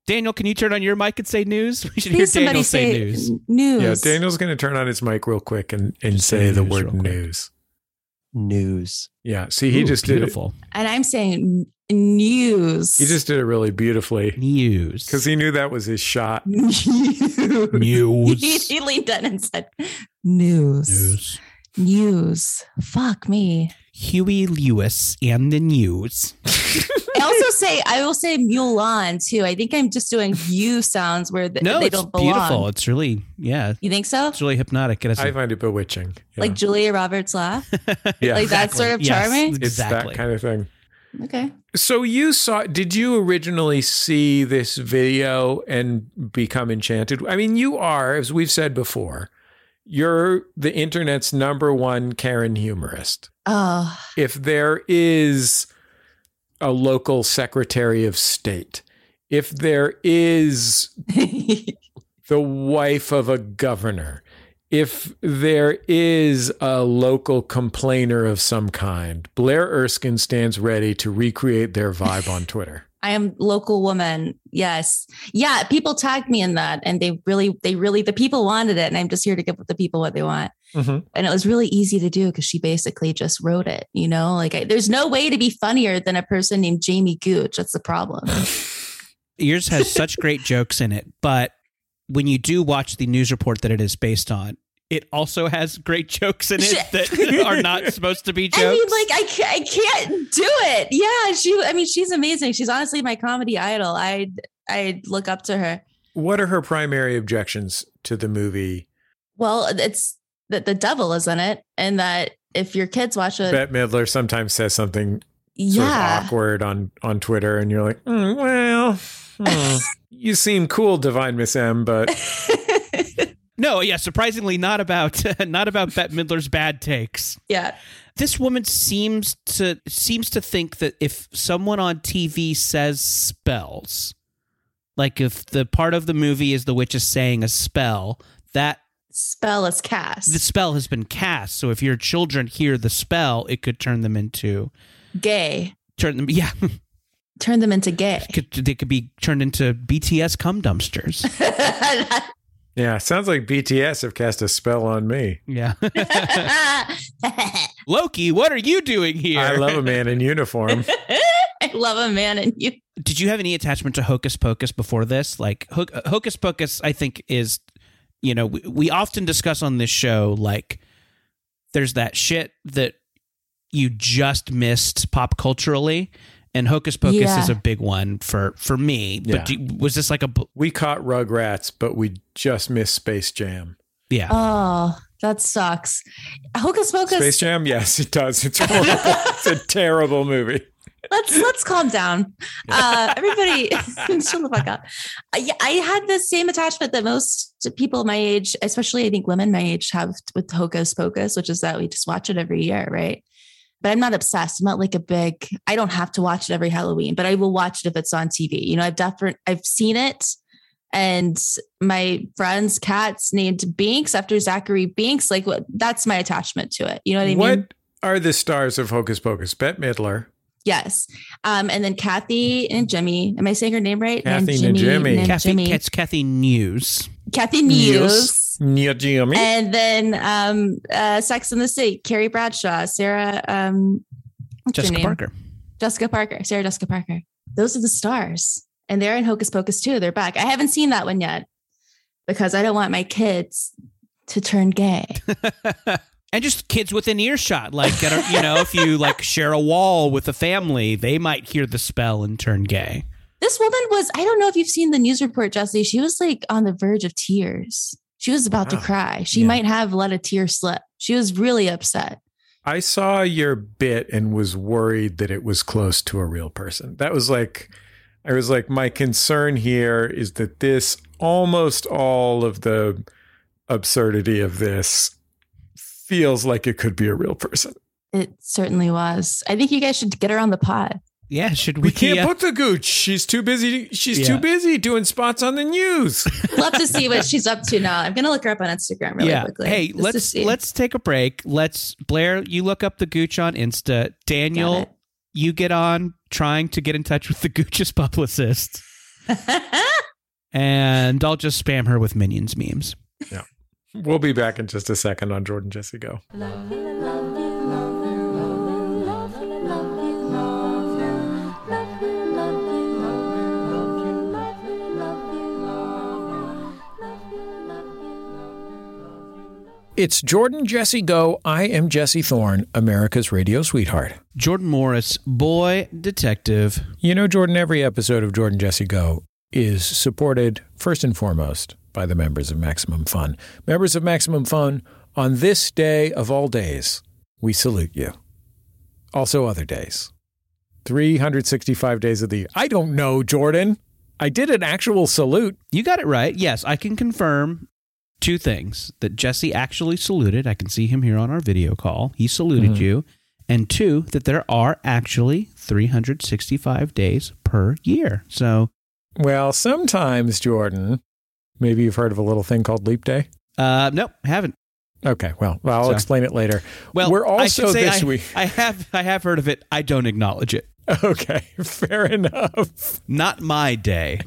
Speaker 3: Daniel, can you turn on your mic and say news? We should hear
Speaker 4: Please somebody
Speaker 3: Daniel say,
Speaker 4: say
Speaker 3: news.
Speaker 4: n- news.
Speaker 2: Yeah, Daniel's going to turn on his mic real quick and, and
Speaker 3: Just say
Speaker 2: say the
Speaker 3: news real
Speaker 2: word
Speaker 3: quick.
Speaker 2: news.
Speaker 5: News.
Speaker 2: Yeah. See, he
Speaker 3: Ooh,
Speaker 2: just
Speaker 3: beautiful.
Speaker 4: And I'm saying n- news.
Speaker 2: did it. He just did it really beautifully
Speaker 3: News.
Speaker 2: because he knew that was his shot.
Speaker 4: news. He,
Speaker 3: news.
Speaker 4: he leaned in and said, "News,
Speaker 3: news.
Speaker 4: news, Fuck me."
Speaker 3: Huey Lewis and the news.
Speaker 4: I also say I will say Mulan too. I think I'm just doing you sounds where th-
Speaker 3: No,
Speaker 4: they
Speaker 3: it's
Speaker 4: don't belong.
Speaker 3: beautiful. It's really yeah.
Speaker 4: You think so?
Speaker 3: It's really hypnotic. It has a-
Speaker 2: I find it bewitching. Yeah.
Speaker 4: Like Julia Roberts laugh.
Speaker 2: yeah.
Speaker 4: like that sort of charming?
Speaker 2: it's that kind of thing.
Speaker 4: Okay.
Speaker 2: So you saw? Did you originally see this video and become enchanted? I mean, you are, as we've said before, you're the internet's number one Karen humorist.
Speaker 4: Oh,
Speaker 2: If there is a local secretary of state, if there is the wife of a governor, if there is a local complainer of some kind, Blair Erskine stands ready to recreate their vibe on Twitter.
Speaker 4: I am local woman. Yes. Yeah. People tagged me in that, and they really, they really, the people wanted it, and I'm just here to give the people what they want. and it was really easy to do because she basically just wrote it you know like I, there's no way to be funnier than a person named jamie gooch that's the problem
Speaker 3: Yours has such great jokes in it, but when you do watch the news report that it is based on, it also has great jokes in it
Speaker 4: Shit.
Speaker 3: that are not supposed to be jokes.
Speaker 4: i mean like I, ca- I can't do it yeah she i mean she's amazing she's honestly my comedy idol i i look up to her
Speaker 2: What are her primary objections to the movie?
Speaker 4: well it's that the devil is in it and that if your kids watch it
Speaker 2: Bette Midler sometimes says something sort of
Speaker 4: yeah
Speaker 2: awkward on on Twitter, and you're like, "Mm, well, hmm. you seem cool, Divine Miss M, but
Speaker 3: No, yeah, surprisingly not about not about Bette Midler's bad takes.
Speaker 4: Yeah.
Speaker 3: This woman seems to seems to think that if someone on TV says spells, like if the part of the movie is the witch is saying a spell, that
Speaker 4: Spell is cast.
Speaker 3: the spell has been cast. So if your children hear the spell, it could turn them into
Speaker 4: gay.
Speaker 3: turn them yeah,
Speaker 4: Turn them into gay.
Speaker 3: could, they could be turned into BTS cum dumpsters.
Speaker 6: Yeah, sounds like BTS have cast a spell on me.
Speaker 3: Yeah. Loki, what are you doing here?
Speaker 6: I love a man in uniform.
Speaker 4: I love a man and you.
Speaker 3: Did you have any attachment to Hocus Pocus before this? Like Hoc- uh, Hocus Pocus, I think is, you know, we, we often discuss on this show like there's that shit that you just missed pop culturally, and Hocus Pocus
Speaker 4: Yeah.
Speaker 3: is a big one for for me.
Speaker 2: Yeah.
Speaker 3: But do, was this like a b-
Speaker 2: We caught Rugrats, but we just missed Space Jam.
Speaker 3: yeah?
Speaker 4: Oh, that sucks. Hocus
Speaker 2: Space
Speaker 4: Pocus.
Speaker 2: Jam? Yes, it does. It's horrible. it's a terrible movie.
Speaker 4: Let's let's calm down. Uh, everybody, shut the fuck up. I, I had the same attachment that most people my age, especially I think women my age, have with Hocus Pocus, which is that we just watch it every year, right? But I'm not obsessed. I'm not like a big. I don't have to watch it every Halloween, but I will watch it if it's on TV. You know, I've definitely I've seen it. And my friend's cat's named Binks after Zachary Binks. Like, what? That's my attachment to it. You know what I mean?
Speaker 2: What are the stars of Hocus Pocus? Bette Midler.
Speaker 4: Yes. Um, and then Kathy and Jimmy. Am I saying her name right? Named
Speaker 2: Kathy and Jimmy.
Speaker 4: named
Speaker 3: Kathy,
Speaker 4: Jimmy.
Speaker 3: it's Kathy News.
Speaker 4: Kathy
Speaker 2: News.
Speaker 4: Muse.
Speaker 2: Nia Jimmy.
Speaker 4: And then um, uh, Sex in the City, Carrie Bradshaw, Sarah. Um, what's her
Speaker 3: Jessica
Speaker 4: name?
Speaker 3: Parker.
Speaker 4: Jessica Parker. Sarah Jessica Parker. Those are the stars. And they're in Hocus Pocus too. They're back. I haven't seen that one yet because I don't want my kids to turn gay.
Speaker 3: and just kids within earshot like I don't- you know if you like share a wall with a family they might hear the spell and turn gay
Speaker 4: This woman was, I don't know if you've seen the news report, Jesse. She was like on the verge of tears. She was about
Speaker 6: Wow.
Speaker 4: to cry. She
Speaker 6: Yeah.
Speaker 4: might have let a tear slip. She was really upset.
Speaker 2: I saw your bit and was worried that it was close to a real person. That was like, I was like, my concern here is that this almost all of the absurdity of this feels like it could be a real person.
Speaker 4: It certainly was. I think you guys should get her on the pod.
Speaker 3: yeah should we,
Speaker 2: We can't
Speaker 3: uh,
Speaker 2: put the gooch. She's too busy. She's
Speaker 3: Yeah.
Speaker 2: too busy doing spots on the news.
Speaker 4: Love to see what she's up to now. I'm gonna look her up on Instagram really
Speaker 3: yeah
Speaker 4: quickly.
Speaker 3: hey
Speaker 4: just to
Speaker 3: let's
Speaker 4: see.
Speaker 3: let's take a break let's Blair you look up the gooch on Insta
Speaker 4: Got
Speaker 3: Daniel
Speaker 4: it.
Speaker 3: you get on trying to get in touch with the gooch's publicist and I'll just spam her with minions memes
Speaker 2: we'll be back in just a second on Jordan Jesse Go.
Speaker 1: Love you, love you, love you, love you, love you, love you, love you, love you, love you, love you, love you, love you, love you, love you.
Speaker 2: It's Jordan Jesse Go. I am Jesse Thorne, America's radio sweetheart.
Speaker 3: Jordan Morris boy detective
Speaker 2: You know, Jordan, every episode of Jordan Jesse Go is supported first and foremost by the members of Maximum Fun. Members of Maximum Fun, on this day of all days, we salute you. Also, other days. 365 days of the year. I don't know, Jordan. I did an actual salute.
Speaker 3: You got it right. Yes, I can confirm two things that Jesse actually saluted. I can see him here on our video call. He saluted
Speaker 2: Mm-hmm.
Speaker 3: you. And two, that there are actually 365 days per year. So,
Speaker 2: Well, sometimes, Jordan, maybe you've heard of a little thing called Leap Day.
Speaker 3: uh, nope, haven't.
Speaker 2: Okay, well, I'll
Speaker 3: So-
Speaker 2: explain it later.
Speaker 3: Well,
Speaker 2: we're
Speaker 3: I
Speaker 2: also
Speaker 3: should say
Speaker 2: this
Speaker 3: I,
Speaker 2: week.
Speaker 3: I have, I have heard of it. I don't acknowledge it.
Speaker 2: Okay, fair enough.
Speaker 3: Not my day.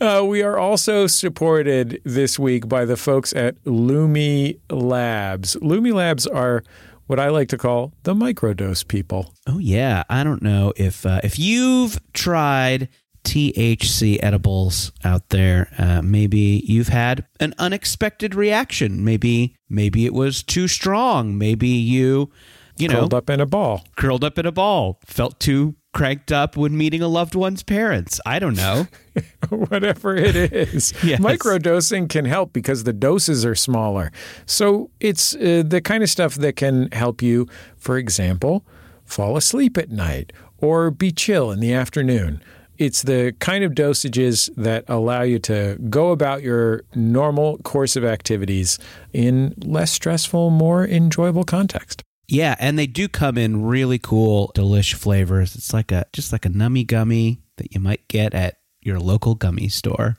Speaker 2: Uh, we are also supported this week by the folks at Lumi Labs. Lumi Labs are what I like to call the microdose people.
Speaker 3: Oh yeah, I don't know if uh, if you've tried THC edibles out there, uh, maybe you've had an unexpected reaction. Maybe maybe it was too strong. Maybe you you know
Speaker 2: Curled up in a ball.
Speaker 3: curled up in a ball, felt too cranked up when meeting a loved one's parents. I don't know.
Speaker 2: whatever it is.
Speaker 3: Yes.
Speaker 2: Microdosing can help because the doses are smaller. So it's uh, the kind of stuff that can help you, for example, fall asleep at night or be chill in the afternoon. it's the kind of dosages that allow you to go about your normal course of activities in less stressful, more enjoyable context.
Speaker 3: Yeah, and they do come in really cool, delish flavors. It's like a just like a nummy gummy that you might get at your local gummy store.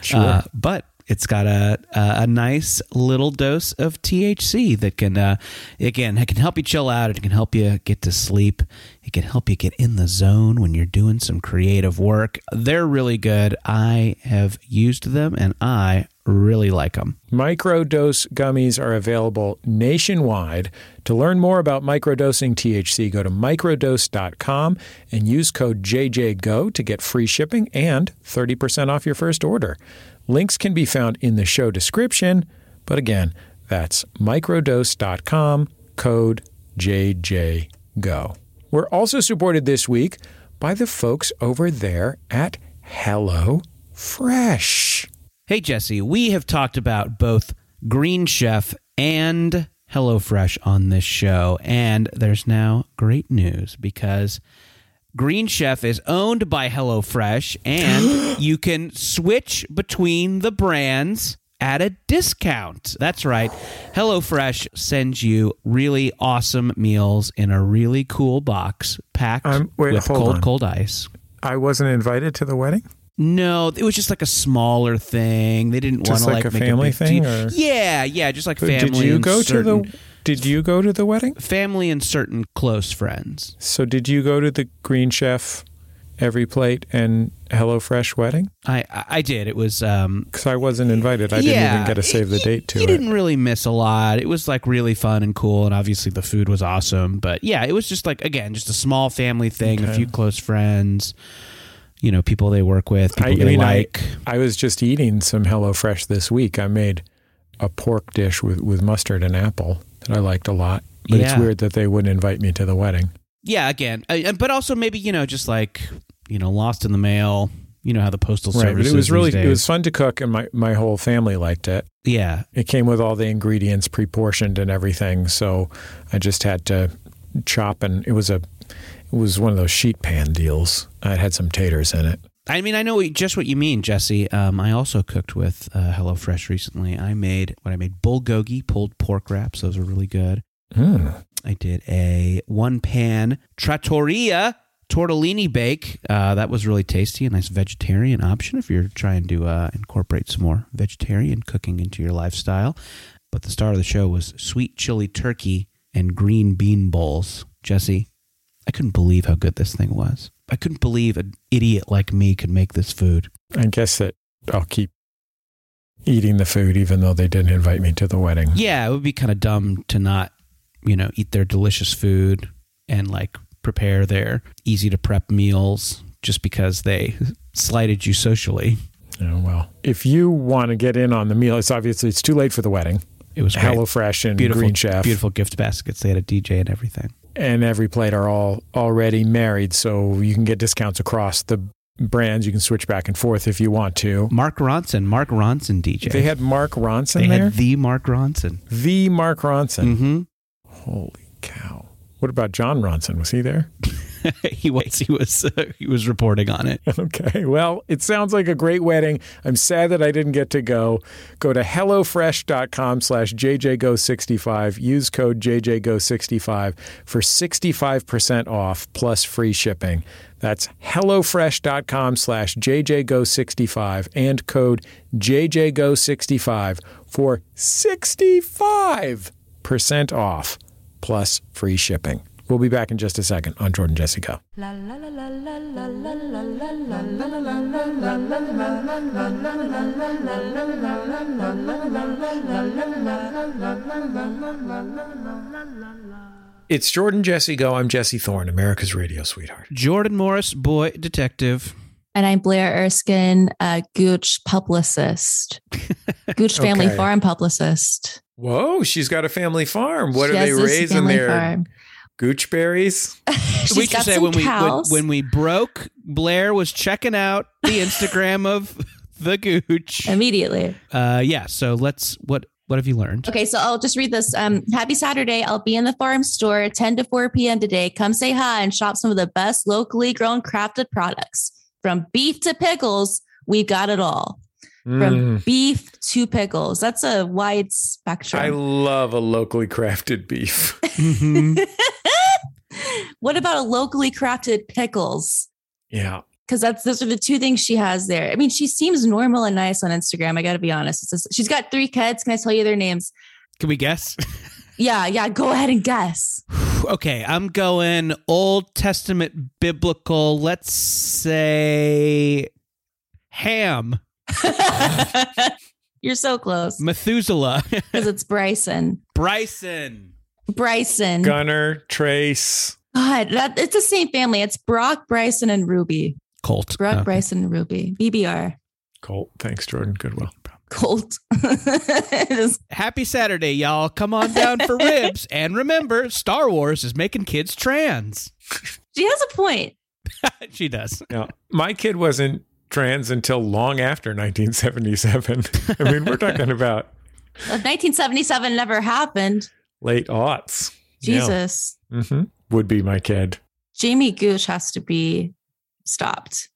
Speaker 2: Sure.
Speaker 3: Uh, but it's got a a a nice little dose of THC that can uh, again it can help you chill out. It can help you get to sleep. It can help you get in the zone when you're doing some creative work. They're really good. I have used them and I really like them.
Speaker 2: Microdose gummies are available nationwide. To learn more about microdosing THC, go to microdose.com and use code JJGO to get free shipping and 30% off your first order. Links can be found in the show description, but again, that's microdose.com, code JJGO. We're also supported this week by the folks over there at Hello Fresh.
Speaker 3: Hey, Jesse, we have talked about both Green Chef and HelloFresh on this show, and there's now great news because Green Chef is owned by HelloFresh, and you can switch between the brands at a discount. That's right. HelloFresh sends you really awesome meals in a really cool box packed
Speaker 6: Um, wait,
Speaker 3: with
Speaker 6: hold
Speaker 3: cold,
Speaker 6: on.
Speaker 3: cold ice.
Speaker 6: I wasn't invited to the wedding.
Speaker 3: No, it was just like a smaller thing. They didn't want
Speaker 2: Just
Speaker 3: to
Speaker 2: like
Speaker 3: like,
Speaker 2: a
Speaker 3: make
Speaker 2: family
Speaker 3: big
Speaker 2: thing,
Speaker 3: deal.
Speaker 2: or-
Speaker 3: Yeah, yeah, just like
Speaker 2: But
Speaker 3: family.
Speaker 2: did you
Speaker 3: and
Speaker 2: go
Speaker 3: certain,
Speaker 2: to the did you go to the wedding
Speaker 3: family and certain close friends?
Speaker 2: so did you go to the green chef every plate and hello fresh wedding
Speaker 3: I I, I did. It was um.
Speaker 2: because i wasn't invited i
Speaker 3: yeah,
Speaker 2: didn't even get a save the
Speaker 3: You-
Speaker 2: date to
Speaker 3: You
Speaker 2: it
Speaker 3: didn't really miss a lot. It was like really fun and cool, and obviously the food was awesome. But yeah, it was just like again, just a small family thing. A few close friends, you know, people they work with, people
Speaker 2: I, I
Speaker 3: they
Speaker 2: mean I,
Speaker 3: like.
Speaker 2: I was just eating some hello fresh this week i made a pork dish with, with mustard and apple that i liked a lot but it's
Speaker 3: Yeah.
Speaker 2: weird that they wouldn't invite me to the wedding
Speaker 3: yeah, again, I, and- but also maybe you know, just like you know, lost in the mail. You know how the postal
Speaker 2: right but
Speaker 3: service
Speaker 2: it was really it was
Speaker 3: days.
Speaker 2: fun to cook and my, my whole family liked it
Speaker 3: yeah,
Speaker 2: it came with all the ingredients pre-portioned and everything so i just had to chop and it was a it was one of those sheet pan deals i had some taters in it
Speaker 3: I mean, I know what- just what you mean, Jesse. Um, I also cooked with uh, HelloFresh recently. I made what I made bulgogi, pulled pork wraps. Those are really good.
Speaker 2: mm.
Speaker 3: I did a one pan trattoria tortellini bake. Uh, that was really tasty, a nice vegetarian option if you're trying to uh, incorporate some more vegetarian cooking into your lifestyle. But the star of the show was sweet chili turkey and green bean bowls. Jesse, I couldn't believe how good this thing was. I couldn't believe an idiot like me could make this food.
Speaker 2: i guess that i'll keep eating the food even though they didn't invite me to the wedding
Speaker 3: Yeah, it would be kind of dumb to not, you know, eat their delicious food and like prepare their easy to prep meals just because they slighted you socially.
Speaker 2: oh well if you want to get in on the meal it's obviously it's too late for the wedding
Speaker 3: It was great.
Speaker 2: hello fresh and
Speaker 3: beautiful,
Speaker 2: green chef
Speaker 3: beautiful gift baskets. They had a DJ and everything.
Speaker 2: and every plate are all already married so you can get discounts across the brands you can switch back and forth if you want to
Speaker 3: Mark Ronson, Mark Ronson DJ.
Speaker 2: They had Mark Ronson
Speaker 3: They had
Speaker 2: there?
Speaker 3: the Mark Ronson.
Speaker 2: the Mark Ronson.
Speaker 3: Mm-hmm.
Speaker 2: Holy cow. What about John Ronson? Was he there?
Speaker 3: he was he was he was reporting on it.
Speaker 2: Okay. Well, it sounds like a great wedding. I'm sad that I didn't get to go. Go to HelloFresh.com slash JJGo65. Use code JJGo65 for 65% off plus free shipping. That's HelloFresh.com slash JJGo65 and code JJGo65 for 65% off plus free shipping. We'll be back in just a second on Jordan Jesse Go. It's Jordan Jesse Go. I'm Jesse Thorne, America's radio sweetheart.
Speaker 3: Jordan Morris, boy detective.
Speaker 4: And I'm Blair Erskine, a Gooch publicist, Gooch family
Speaker 2: Okay.
Speaker 4: farm publicist.
Speaker 2: Whoa, she's got a family farm. What
Speaker 4: She
Speaker 2: are
Speaker 4: has
Speaker 2: they
Speaker 4: this
Speaker 2: raising
Speaker 4: family
Speaker 2: there?
Speaker 4: farm.
Speaker 2: Gooch berries?
Speaker 4: She's
Speaker 3: we should
Speaker 4: got
Speaker 3: say
Speaker 4: some
Speaker 3: when we when,
Speaker 4: cows.
Speaker 3: when we broke, Blair was checking out the Instagram of the Gooch.
Speaker 4: immediately.
Speaker 3: Uh, yeah. So let's what what have you learned?
Speaker 4: Okay, so I'll just read this. Um, happy Saturday. I'll be in the farm store 10 to 4 p.m. today. Come say hi and shop some of the best locally grown crafted products. From beef to pickles, we got it all. From
Speaker 2: Mm.
Speaker 4: beef to pickles. That's a wide
Speaker 2: I
Speaker 4: spectrum.
Speaker 2: love a locally crafted beef.
Speaker 3: Mhm.
Speaker 4: what about a locally crafted pickles?
Speaker 2: yeah.
Speaker 4: because that's those are the two things she has there. I mean, she seems normal and nice on Instagram. I got to be honest. It's just- she's got three kids. Can I tell you their names?
Speaker 3: Can we guess?
Speaker 4: Yeah, yeah. Go ahead and guess.
Speaker 3: okay, I'm going Old Testament biblical. Let's say Ham,
Speaker 4: You're so close
Speaker 3: Methuselah,
Speaker 4: because it's Bryson.
Speaker 3: Bryson.
Speaker 4: Bryson. God.
Speaker 2: Gunner, Trace.
Speaker 4: that it's the same family. It's Brock, Bryson, and Ruby.
Speaker 3: Colt. Uh,
Speaker 4: Brock,
Speaker 3: Okay.
Speaker 4: Bryson, and Ruby. BBR.
Speaker 2: Colt. Thanks, Jordan. Goodwill.
Speaker 4: Colt. It is-
Speaker 3: Happy Saturday, y'all. Come on down for ribs. And remember, Star Wars is making kids trans.
Speaker 4: she has a point.
Speaker 3: she does.
Speaker 2: Yeah. My kid wasn't trans until long after 1977. I mean, we're talking about
Speaker 4: Well, 1977 never happened.
Speaker 2: late aughts.
Speaker 4: Jesus.
Speaker 2: hmm Would be my kid.
Speaker 4: Jamie Gooch has to be stopped.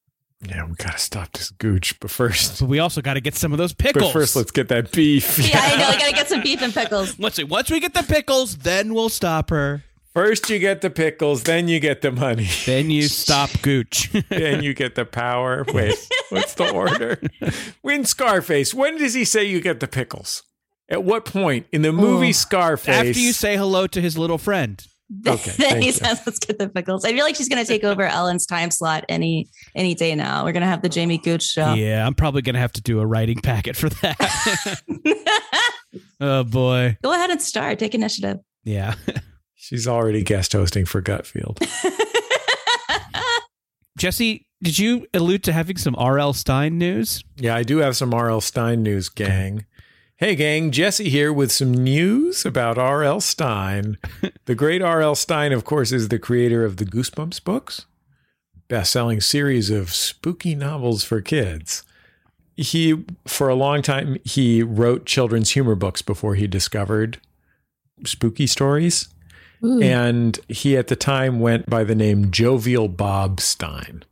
Speaker 2: Yeah, we gotta stop this gooch, but first,
Speaker 3: So we also got to get some of those
Speaker 2: but
Speaker 3: pickles.
Speaker 2: first, let's get that beef.
Speaker 4: Yeah, I know. I gotta get some beef and pickles.
Speaker 3: Let's see. Once we get the pickles, then we'll stop her.
Speaker 2: First, you get the pickles, then you get the money,
Speaker 3: Then you stop Gooch.
Speaker 2: then you get the power. Wait, what's the order? When Scarface, when does he say you get the pickles? At what point in the movie
Speaker 4: Oh.
Speaker 2: Scarface?
Speaker 3: After you say hello to his little friend.
Speaker 2: Okay,
Speaker 4: then
Speaker 2: thank
Speaker 4: he
Speaker 2: you.
Speaker 4: says, "Let's get the pickles." I feel like she's gonna take over Ellen's time slot any any day now. We're gonna have the Jamie Gooch show.
Speaker 3: Yeah, I'm probably going to have to do a writing packet for that. oh, boy.
Speaker 4: Go ahead and start. Take initiative.
Speaker 3: Yeah.
Speaker 2: she's already guest hosting for Gutfield.
Speaker 3: Jesse, did you allude to having some R.L. Stein news?
Speaker 2: Yeah, I do have some R.L. Stein news, gang. Hey, gang, Jesse here with some news about R.L. Stein. the great R.L. Stein, of course, is the creator of the Goosebumps books, best selling series of spooky novels for kids. He, for a long time, he wrote children's humor books before he discovered spooky stories.
Speaker 4: Ooh.
Speaker 2: And he, at the time, went by the name Jovial Bob Stein.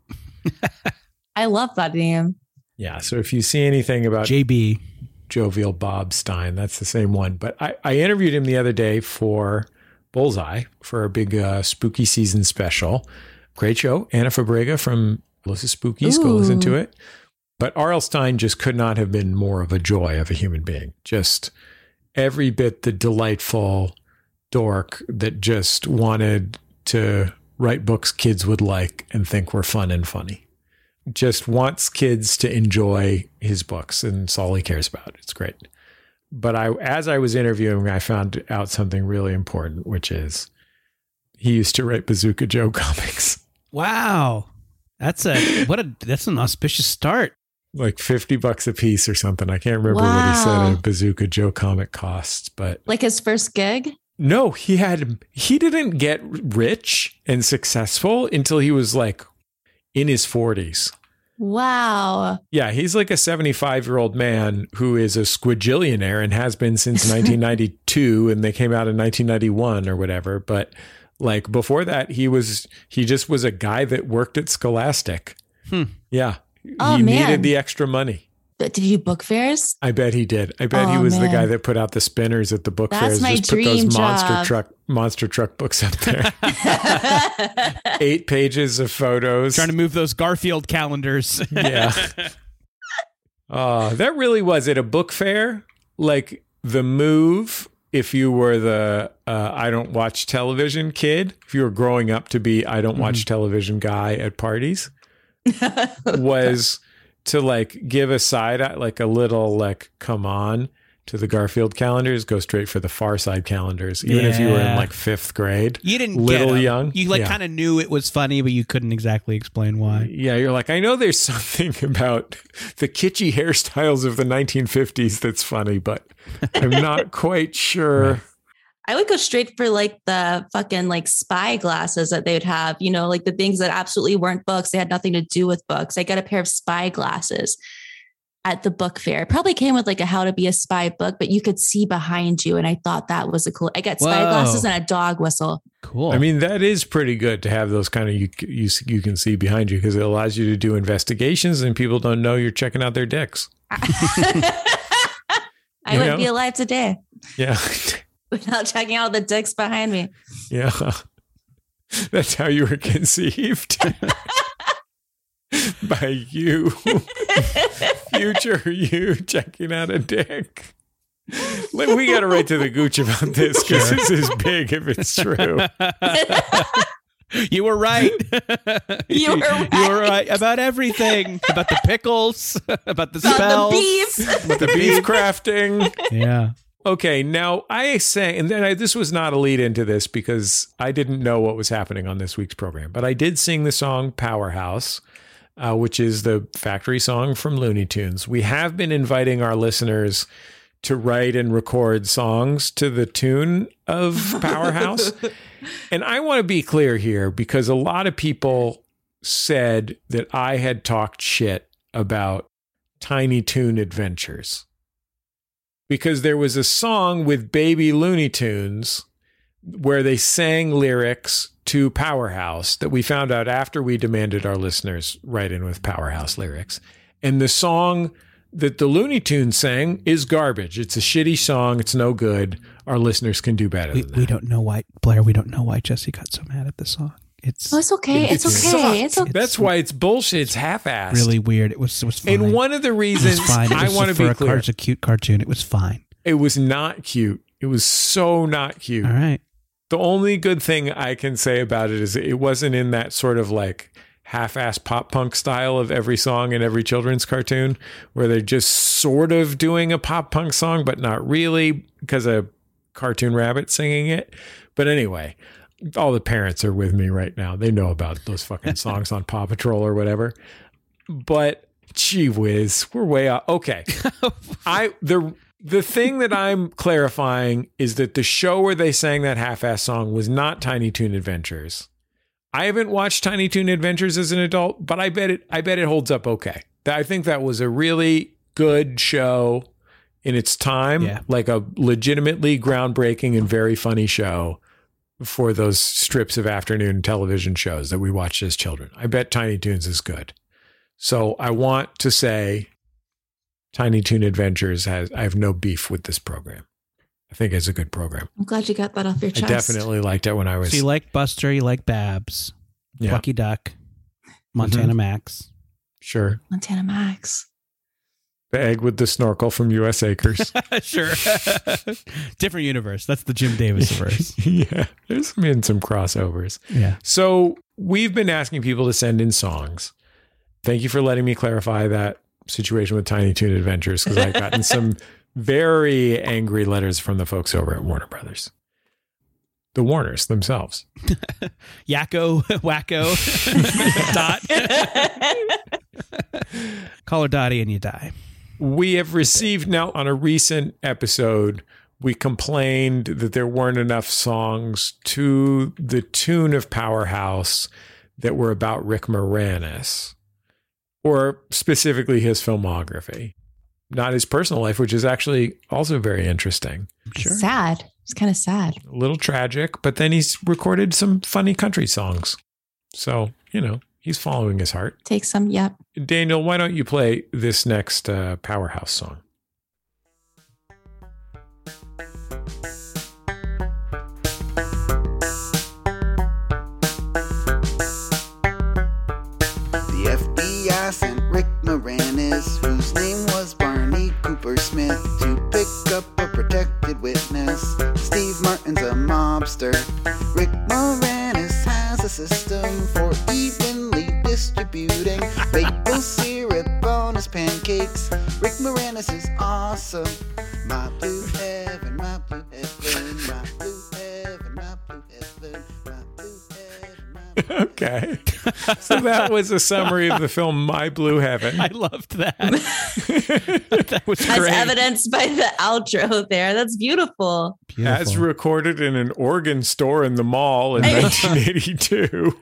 Speaker 4: I love that name.
Speaker 2: Yeah. So if you see anything about
Speaker 3: JB.
Speaker 2: jovial Bob Stein. That's the same one. But I, I interviewed him the other day for Bullseye for a big uh, spooky season special. Great show. Anna Fabrega from Los Spookies. Go listen to
Speaker 4: Ooh.
Speaker 2: it. But R.L. Stein just could not have been more of a joy of a human being. Just every bit the delightful dork that just wanted to write books kids would like and think were fun and funny just wants kids to enjoy his books and it's all he cares about. It's great. But I as I was interviewing, I found out something really important, which is he used to write Bazooka Joe comics.
Speaker 3: Wow. That's a what a that's an auspicious start.
Speaker 2: Like 50 bucks a piece or something. I can't remember what he
Speaker 4: Wow.
Speaker 2: said a Bazooka Joe comic costs, but
Speaker 4: Like his first gig.
Speaker 2: no, he had he didn't get rich and successful until he was like in his 40s.
Speaker 4: Wow.
Speaker 2: Yeah, he's like a 75 year old man who is a squigillionaire and has been since 1992, and they came out in 1991 or whatever. But like before that, he was he just was a guy that worked at Scholastic.
Speaker 3: Hmm.
Speaker 2: Yeah,
Speaker 4: Oh,
Speaker 2: he
Speaker 4: man.
Speaker 2: needed the extra money.
Speaker 4: But did you book fairs?
Speaker 2: I bet he did. I bet he
Speaker 4: Oh,
Speaker 2: was the guy
Speaker 4: man.
Speaker 2: that put out the spinners at the book
Speaker 4: That's
Speaker 2: fairs.
Speaker 4: my
Speaker 2: just put those
Speaker 4: dream
Speaker 2: monster
Speaker 4: job.
Speaker 2: truck monster truck books up there. Eight pages of photos.
Speaker 3: Trying to move those Garfield calendars.
Speaker 2: yeah. Uh, that really was at a book fair. Like the move, if you were the uh, I don't watch television kid, if you were growing up to be I don't watch television guy at parties, was to like give a side eye, like a little like come on to the Garfield calendars, go straight for the Far Side calendars, even if you were
Speaker 3: Yeah.
Speaker 2: in like fifth grade.
Speaker 3: You didn't
Speaker 2: Little
Speaker 3: get 'em.
Speaker 2: young?
Speaker 3: You like
Speaker 2: Yeah.
Speaker 3: kind of knew it was funny, but you couldn't exactly explain why.
Speaker 2: Yeah, you're like, I know there's something about the kitschy hairstyles of the 1950s that's funny, but I'm not quite sure.
Speaker 4: I would go straight for like the fucking like spy glasses that they would have, you know, like the things that absolutely weren't books. They had nothing to do with books. I got a pair of spy glasses at the book fair. It probably came with like a how to be a spy book, but you could see behind you. And I thought that was a cool. I got spy
Speaker 3: Whoa.
Speaker 4: glasses and a dog whistle.
Speaker 3: Cool.
Speaker 2: I mean, that is pretty good to have those kind of you you, you can see behind you because it allows you to do investigations and people don't know you're checking out their dicks.
Speaker 4: I
Speaker 2: You
Speaker 4: would
Speaker 2: know?
Speaker 4: be alive today
Speaker 2: Yeah,
Speaker 4: without checking out the dicks behind me.
Speaker 2: yeah. That's how you were conceived by you, future you, checking out a dick. Like, we got to write to the Gooch about this because
Speaker 3: Sure.
Speaker 2: this is big if it's true.
Speaker 3: you were right.
Speaker 4: You were
Speaker 3: You were
Speaker 4: right.
Speaker 3: right about everything. About the pickles. About the
Speaker 4: About
Speaker 3: spells.
Speaker 4: the beef.
Speaker 2: With the beef crafting.
Speaker 3: Yeah.
Speaker 2: Okay, now I say, and then I, this was not a lead into this because I didn't know what was happening on this week's program, but I did sing the song Powerhouse, uh, which is the factory song from Looney Tunes. We have been inviting our listeners to write and record songs to the tune of Powerhouse. and I want to be clear here because a lot of people said that I had talked shit about Tiny Toon Adventures because there was a song with Baby Looney Tunes where they sang lyrics to Powerhouse that we found out after we demanded our listeners write in with Powerhouse lyrics. And the song that the Looney Tunes sang is garbage. It's a shitty song. It's no good. Our listeners can do better
Speaker 3: We,
Speaker 2: than that.
Speaker 3: we don't know why, Blair, we don't know why Jesse got so mad at the song. It's
Speaker 4: Oh, it's okay. It's
Speaker 2: It sucked.
Speaker 4: okay. It's okay.
Speaker 2: That's why it's bullshit. It's half-assed.
Speaker 3: really weird. It was, it was fine.
Speaker 2: And one of the
Speaker 3: it was
Speaker 2: reasons
Speaker 3: fine. It
Speaker 2: I
Speaker 3: was
Speaker 2: want to
Speaker 3: for
Speaker 2: be
Speaker 3: a car-
Speaker 2: clear,
Speaker 3: it's a cute cartoon. It was fine.
Speaker 2: it was not cute. It was so not cute.
Speaker 3: All right.
Speaker 2: The only good thing I can say about it is it wasn't in that sort of like half-ass pop punk style of every song in every children's cartoon where they're just sort of doing a pop punk song but not really because a cartoon rabbit singing it. But anyway, all the parents are with me right now. They know about those fucking songs on Paw Patrol or whatever. But gee whiz, we're way off. Okay. I the the thing that I'm clarifying is that the show where they sang that half-ass song was not Tiny Toon Adventures. I haven't watched Tiny Toon Adventures as an adult, but I bet it I bet it holds up okay. That- I think that was a really good show in its time,
Speaker 3: Yeah.
Speaker 2: like a legitimately groundbreaking and very funny show for those strips of afternoon television shows that we watched as children. I bet Tiny Toons is good. So I want to say Tiny Toon Adventures has I have no beef with this program. I think it's a good program.
Speaker 4: I'm glad you got that off your
Speaker 2: I
Speaker 4: chest.
Speaker 2: definitely liked it when I was
Speaker 3: So you like Buster, you like Babs,
Speaker 2: yeah,
Speaker 3: Lucky Duck, Mm-hmm. Montana Max.
Speaker 2: sure.
Speaker 4: Montana Max.
Speaker 2: The egg with the snorkel from US Acres.
Speaker 3: sure. Different universe. That's the Jim Davis verse.
Speaker 2: yeah. There's been some crossovers.
Speaker 3: yeah.
Speaker 2: So we've been asking people to send in songs. Thank you for letting me clarify that situation with Tiny Toon Adventures because I've gotten some very angry letters from the folks over at Warner Brothers. The Warners themselves.
Speaker 3: Yakko, Wacko, Dot. Call her Dottie and you die.
Speaker 2: We have received now on a recent episode, we complained that there weren't enough songs to the tune of Powerhouse that were about Rick Moranis or specifically his filmography, not his personal life, which is actually also very interesting.
Speaker 3: Sure.
Speaker 4: Sad. It's kind of sad.
Speaker 2: A little tragic, but then he's recorded some funny country songs. So, you know, he's following his heart.
Speaker 4: Take some. Yep.
Speaker 2: Daniel, why don't you play this next uh, Powerhouse song?
Speaker 7: The FBI sent Rick Moranis, whose name was Barney Cooper Smith, to pick up a protected witness. Steve Martin's a mobster. Rick Moranis has a system for evenly distributing maple syrup on his pancakes. Rick Moranis is awesome. My blue heaven, my blue heaven, my blue heaven, my blue heaven, my blue heaven, my blue
Speaker 2: Okay. So that was a summary of the film My Blue
Speaker 3: I
Speaker 2: Heaven.
Speaker 3: loved that. that was
Speaker 4: As
Speaker 3: great.
Speaker 4: evidenced by the outro there. That's beautiful.
Speaker 2: As recorded in an organ store in the mall in 1982.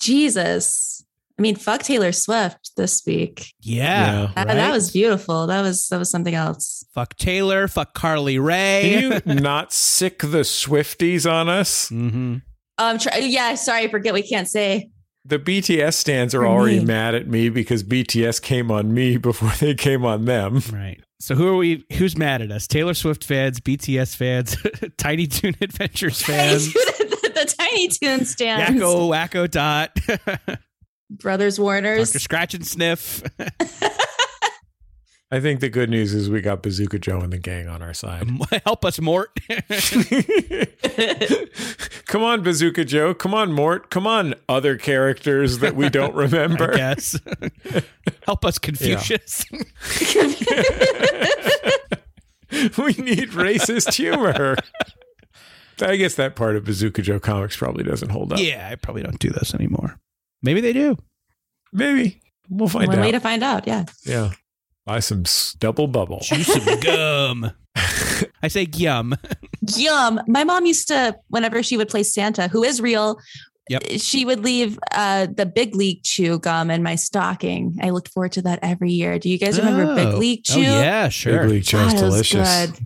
Speaker 4: Jesus. I mean, fuck Taylor Swift this week.
Speaker 3: Yeah.
Speaker 4: That-
Speaker 3: right?
Speaker 4: That was beautiful. That was that was something else.
Speaker 3: Fuck Taylor. Fuck Carly Ray.
Speaker 2: Can you not sick the Swifties on us?
Speaker 3: hmm
Speaker 4: Um, try, yeah. Sorry, I forget we can't say.
Speaker 2: The BTS stands are
Speaker 4: For
Speaker 2: already
Speaker 4: me.
Speaker 2: mad at me because BTS came on me before they came on them.
Speaker 3: Right. So who are we? Who's mad at us? Taylor Swift fans, BTS fans, Tiny Toon Adventures fans,
Speaker 4: the, the Tiny Toon stands.
Speaker 3: Yakko Wacko Dot,
Speaker 4: Brothers Warners.
Speaker 3: Doctor Scratch and Sniff.
Speaker 2: I think the good news is we got Bazooka Joe and the gang on our side.
Speaker 3: Help us, Mort.
Speaker 2: Come on, Bazooka Joe. Come on, Mort. Come on, other characters that we don't remember.
Speaker 3: I guess. Help us, Confucius.
Speaker 2: we need racist humor. I guess that part of Bazooka Joe comics probably doesn't hold up.
Speaker 3: yeah, I probably don't do this anymore. Maybe they do.
Speaker 2: Maybe. We'll find
Speaker 4: One
Speaker 2: out.
Speaker 4: way to find out. Yeah.
Speaker 2: yeah. Buy some s- double bubble.
Speaker 3: Juice some gum. I say yum.
Speaker 4: Yum. My mom used to, whenever she would play Santa, who is real,
Speaker 3: Yep.
Speaker 4: she would leave uh, the Big League Chew gum in my stocking. I looked forward to that every year. Do you guys remember Big
Speaker 3: Oh.
Speaker 4: League Chew?
Speaker 3: Oh yeah, sure.
Speaker 2: Big League Chow's
Speaker 4: God, it was
Speaker 2: delicious.
Speaker 4: Oh, good.